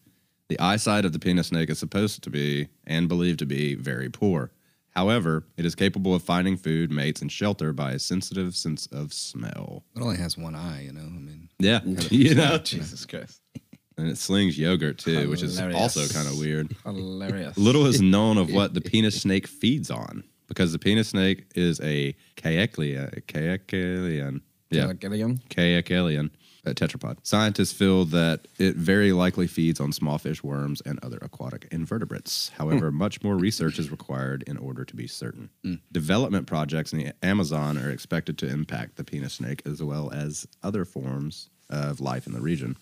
[SPEAKER 3] The eyesight of the penis snake is supposed to be and believed to be very poor. However, it is capable of finding food, mates, and shelter by a sensitive sense of smell.
[SPEAKER 4] It only has one eye, you know. I mean,
[SPEAKER 3] Yeah, you know,
[SPEAKER 2] Jesus Christ. Oh,
[SPEAKER 3] and it slings yogurt too, which is
[SPEAKER 2] Hilarious.
[SPEAKER 3] also kind of weird.
[SPEAKER 2] Hilarious.
[SPEAKER 3] Little is known of what the penis snake feeds on because the penis snake is a caeclia, caecilian, yeah,
[SPEAKER 2] Like, get again?
[SPEAKER 3] caecilian, a tetrapod. Scientists feel that it very likely feeds on small fish, worms, and other aquatic invertebrates. However, much more research is required in order to be certain. Development projects in the Amazon are expected to impact the penis snake as well as other forms of life in the region.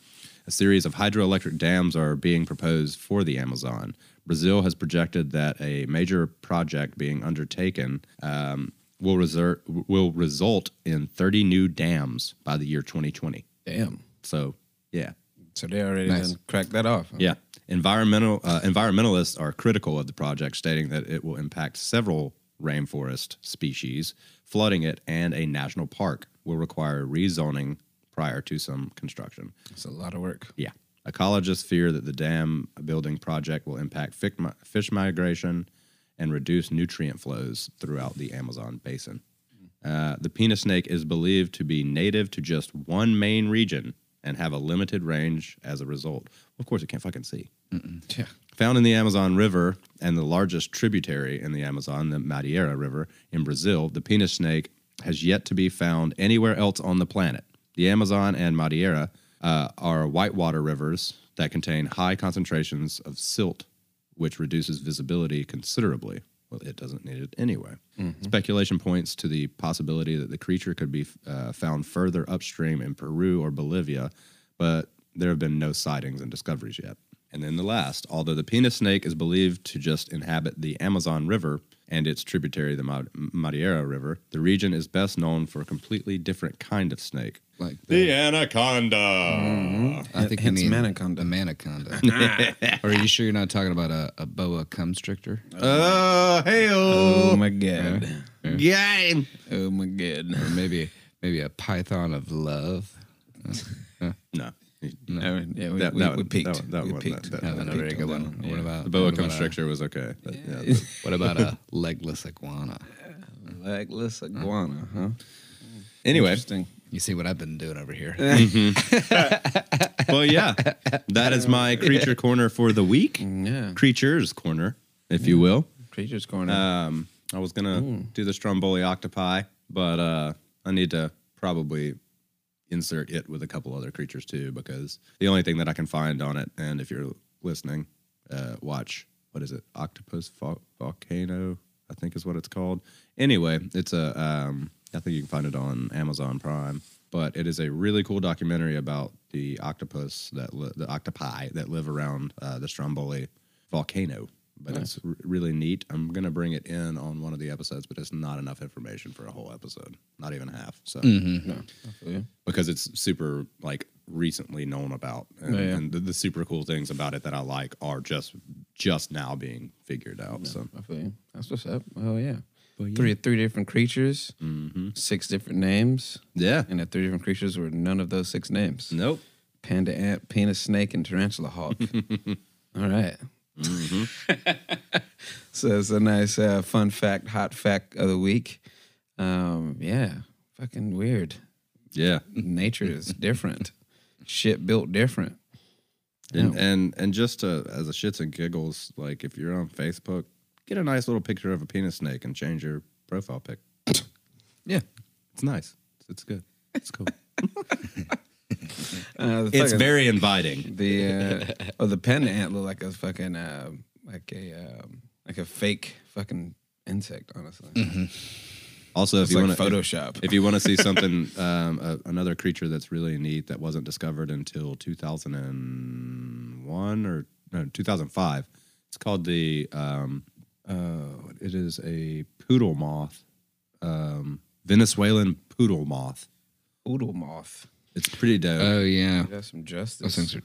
[SPEAKER 3] A series of hydroelectric dams are being proposed for the Amazon. Brazil has projected that a major project being undertaken um, will, reser- will result in 30 new dams by the year 2020.
[SPEAKER 2] Damn.
[SPEAKER 3] So, yeah,
[SPEAKER 2] So they already
[SPEAKER 4] Nice.
[SPEAKER 2] done cracked that off.
[SPEAKER 3] yeah. Environmental uh, environmentalists are critical of the project, stating that it will impact several rainforest species, flooding it, and a national park will require rezoning prior to some construction.
[SPEAKER 2] It's a lot of work.
[SPEAKER 3] Yeah. Ecologists fear that the dam building project will impact fic- mi- fish migration and reduce nutrient flows throughout the Amazon basin. Uh, the penis snake is believed to be native to just one main region and have a limited range as a result. Of course, it can't fucking see.
[SPEAKER 2] Yeah.
[SPEAKER 3] Found in the Amazon River and the largest tributary in the Amazon, the Madeira River in Brazil, the penis snake has yet to be found anywhere else on the planet. The Amazon and Madeira uh, are whitewater rivers that contain high concentrations of silt, which reduces visibility considerably. Well, it doesn't need it anyway. Speculation points to the possibility that the creature could be uh, found further upstream in Peru or Bolivia, but there have been no sightings and discoveries yet. And then the last, although the penis snake is believed to just inhabit the Amazon River and its tributary, the Ma- Madeira River, the region is best known for a completely different kind of snake. Mm.
[SPEAKER 4] Like
[SPEAKER 3] The anaconda.
[SPEAKER 4] I think you
[SPEAKER 2] Hence
[SPEAKER 4] mean
[SPEAKER 2] manaconda.
[SPEAKER 4] A manaconda. Or are you sure you're not talking about a, a boa constrictor?
[SPEAKER 3] Oh, hey,
[SPEAKER 2] Oh my god.
[SPEAKER 3] game.
[SPEAKER 2] Oh my god.
[SPEAKER 4] Or maybe maybe a python of love?
[SPEAKER 3] No.
[SPEAKER 2] All right, Yeah, we,
[SPEAKER 3] That-
[SPEAKER 2] we,
[SPEAKER 3] that
[SPEAKER 2] we
[SPEAKER 3] one-
[SPEAKER 2] peaked.
[SPEAKER 3] that one- that
[SPEAKER 2] we
[SPEAKER 3] one-
[SPEAKER 2] peaked.
[SPEAKER 3] that-
[SPEAKER 4] That's
[SPEAKER 3] that
[SPEAKER 4] a
[SPEAKER 2] We
[SPEAKER 4] very
[SPEAKER 2] peaked
[SPEAKER 4] good
[SPEAKER 2] on
[SPEAKER 4] one.
[SPEAKER 2] that
[SPEAKER 4] What
[SPEAKER 2] yeah.
[SPEAKER 4] about
[SPEAKER 3] The boa
[SPEAKER 4] what about a-
[SPEAKER 3] constrictor was okay. But, yeah, the-
[SPEAKER 4] What about a legless iguana?
[SPEAKER 2] Legless iguana, huh?
[SPEAKER 3] anyway,
[SPEAKER 2] Interesting.
[SPEAKER 4] You see what I've been doing over here?
[SPEAKER 3] well, yeah, that is my creature corner for the week.
[SPEAKER 2] Yeah.
[SPEAKER 3] Creatures corner, if you will. Mm.
[SPEAKER 2] Creatures corner.
[SPEAKER 3] Um, Mm. I was gonna do the Stromboli octopi, but uh, I need to probably insert it with a couple other creatures too, because the only thing that I can find on it, and if you're listening, uh, watch what is it, octopus Vol- volcano, I think is what it's called. Anyway, it's a um, I think you can find it on Amazon Prime, but it is a really cool documentary about the octopus that li- the octopi that live around uh, the Stromboli volcano. But it's r- really neat. I'm gonna bring it in on one of the episodes, but it's not enough information for a whole episode, not even half. So because it's super like recently known about and,
[SPEAKER 2] Yeah, yeah.
[SPEAKER 3] and the, the super cool things about it that i like are just just now being figured out so
[SPEAKER 2] I feel you. That's what's up. Oh yeah. Three three different creatures, six different names,
[SPEAKER 3] yeah
[SPEAKER 2] and the three different creatures were none of those six names.
[SPEAKER 3] nope
[SPEAKER 2] Panda ant, penis snake, and tarantula hawk. All right. so it's a nice uh, fun fact, hot fact of the week. Um, yeah, fucking weird.
[SPEAKER 3] yeah
[SPEAKER 2] Mm-hmm. Nature is different. Shit built different.
[SPEAKER 3] and, and and just to, as a shits and giggles like if you're on facebook get a nice little picture of a penis snake and change your profile pic
[SPEAKER 2] Yeah.
[SPEAKER 3] it's nice it's, it's good it's cool
[SPEAKER 2] Uh, the
[SPEAKER 3] it's
[SPEAKER 2] fucking-
[SPEAKER 3] very inviting
[SPEAKER 2] the uh, oh the panda ant looked like a fucking uh, like a um, like a fake fucking insect. Honestly,
[SPEAKER 3] also if
[SPEAKER 2] it's
[SPEAKER 3] Mm-hmm. you
[SPEAKER 2] like
[SPEAKER 3] want to
[SPEAKER 2] Photoshop.
[SPEAKER 3] if you want to see something, um, a, another creature that's really neat that wasn't discovered until 2001 or no, 2005. It's called the. Um, uh, it is a poodle moth, um, Venezuelan poodle moth.
[SPEAKER 2] Oodle moth.
[SPEAKER 3] It's pretty dope.
[SPEAKER 4] oh yeah,
[SPEAKER 2] That's some justice.
[SPEAKER 4] those things are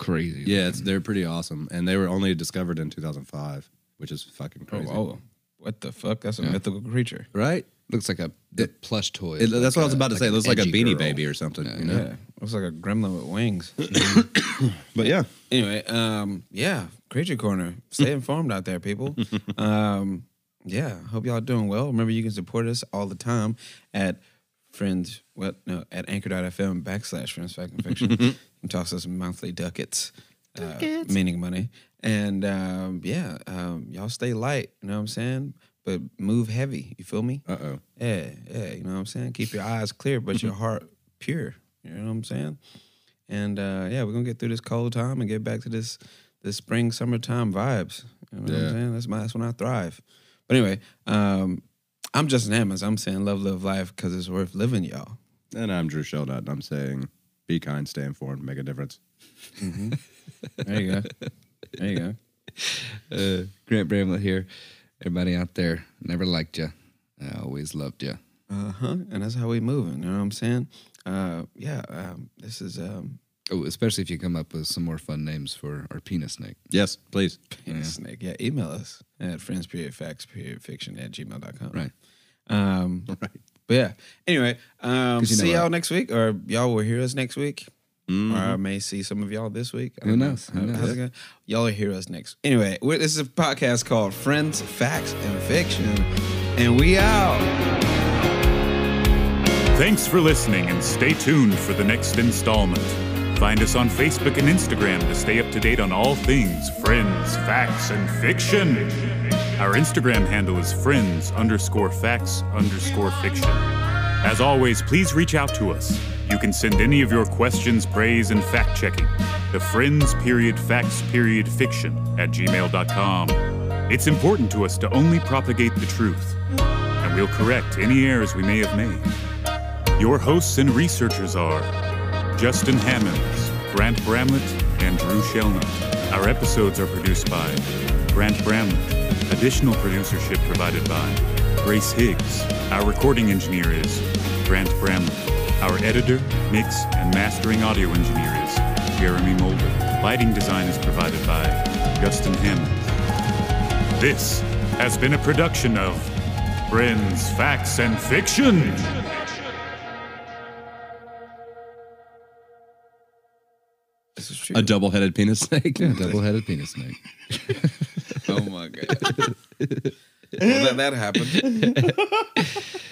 [SPEAKER 4] crazy.
[SPEAKER 3] yeah, it's, they're pretty awesome, and they were only discovered in 2005, which is fucking
[SPEAKER 2] Oh,
[SPEAKER 3] crazy.
[SPEAKER 2] oh, what the fuck? That's a mythical creature.
[SPEAKER 3] Right?
[SPEAKER 4] looks like a the plush toy.
[SPEAKER 3] It, that's what I was about to say. It looks like a beanie
[SPEAKER 4] girl.
[SPEAKER 3] baby or something. you know?
[SPEAKER 2] Yeah, looks like a gremlin with wings.
[SPEAKER 3] But yeah,
[SPEAKER 2] anyway, um, yeah, Creature Corner. Stay informed out there, people. Um, yeah, hope y'all doing well. Remember, you can support us all the time at friends. What no, at anchor.fm backslash friends fact and fiction. and toss us monthly ducats, uh, meaning money. And um, yeah, um, y'all stay light. You know what I'm saying? But move heavy. You feel me?
[SPEAKER 3] uh oh.
[SPEAKER 2] Mm-hmm. Yeah, yeah. You know what I'm saying? Keep your eyes clear, but your heart pure. You know what I'm saying? And uh, yeah, we're gonna get through this cold time and get back to this this spring summertime vibes. You know what
[SPEAKER 3] Yeah.
[SPEAKER 2] I'm saying? That's my that's when I thrive. But anyway, um, I'm Justin Hammons. I'm saying love, live life because it's worth living, y'all.
[SPEAKER 3] And I'm Drew Sheldon. and I'm saying be kind, stay informed, make a difference.
[SPEAKER 2] There you go. there you go.
[SPEAKER 4] Uh, Grant Bramlett here. Everybody out there, never liked you. I always loved you.
[SPEAKER 2] Uh huh. And that's how we moving. You know what I'm saying? Uh, yeah. Um, this is um,
[SPEAKER 4] Oh, especially if you come up with some more fun names for our penis snake.
[SPEAKER 3] Yes, please.
[SPEAKER 2] Penis Snake. Yeah, email us at friends period facts period fiction at gmail.com.
[SPEAKER 4] Right.
[SPEAKER 2] Um, But yeah. Anyway, um,
[SPEAKER 4] 'Cause you know
[SPEAKER 2] see
[SPEAKER 4] that.
[SPEAKER 2] y'all next week, or y'all will hear us next week, or I may see some of y'all this week. I
[SPEAKER 4] Who
[SPEAKER 2] don't know.
[SPEAKER 4] knows? Who
[SPEAKER 2] How-
[SPEAKER 4] knows?
[SPEAKER 2] how's it going? Y'all will hear us next. Anyway, we're, this is a podcast called Friends, Facts, and Fiction, and we out.
[SPEAKER 1] Thanks for listening and stay tuned for the next installment. Find us on Facebook and Instagram to stay up to date on all things friends, facts, and fiction. Our Instagram handle is friends underscore facts underscore fiction. As always, please reach out to us. You can send any of your questions, praise, and fact checking to friends period facts period fiction at gmail.com. It's important to us to only propagate the truth, and we'll correct any errors we may have made. Your hosts and researchers are Justin Hammonds, Grant Bramlett, and Drew Shelnut. Our episodes are produced by Grant Bramlett. Additional producership provided by Grace Higgs. Our recording engineer is Grant Bramlett. Our editor, mix, and mastering audio engineer is Jeremy Mulder. Lighting design is provided by Justin Hammonds. This has been a production of Friends, Facts, and Fiction.
[SPEAKER 2] This is true.
[SPEAKER 3] A double headed penis snake.
[SPEAKER 4] Yeah, double headed penis snake.
[SPEAKER 2] oh my god. well, that, that happened.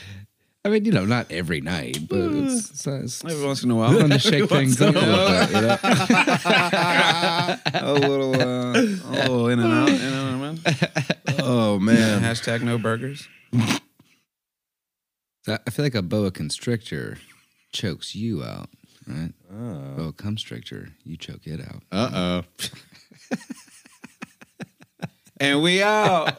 [SPEAKER 4] I mean, you know, not every night, but it's, it's, it's,
[SPEAKER 2] Every once in a while,
[SPEAKER 4] fun to Mm. shake things up. a little bit, you know?
[SPEAKER 2] a little, uh, a little in and out, in and out. man.
[SPEAKER 3] Oh, man.
[SPEAKER 2] Hashtag no burgers.
[SPEAKER 4] I I feel like a boa constrictor chokes you out, right? Boa constrictor, you choke it out.
[SPEAKER 3] Uh oh.
[SPEAKER 2] And we out.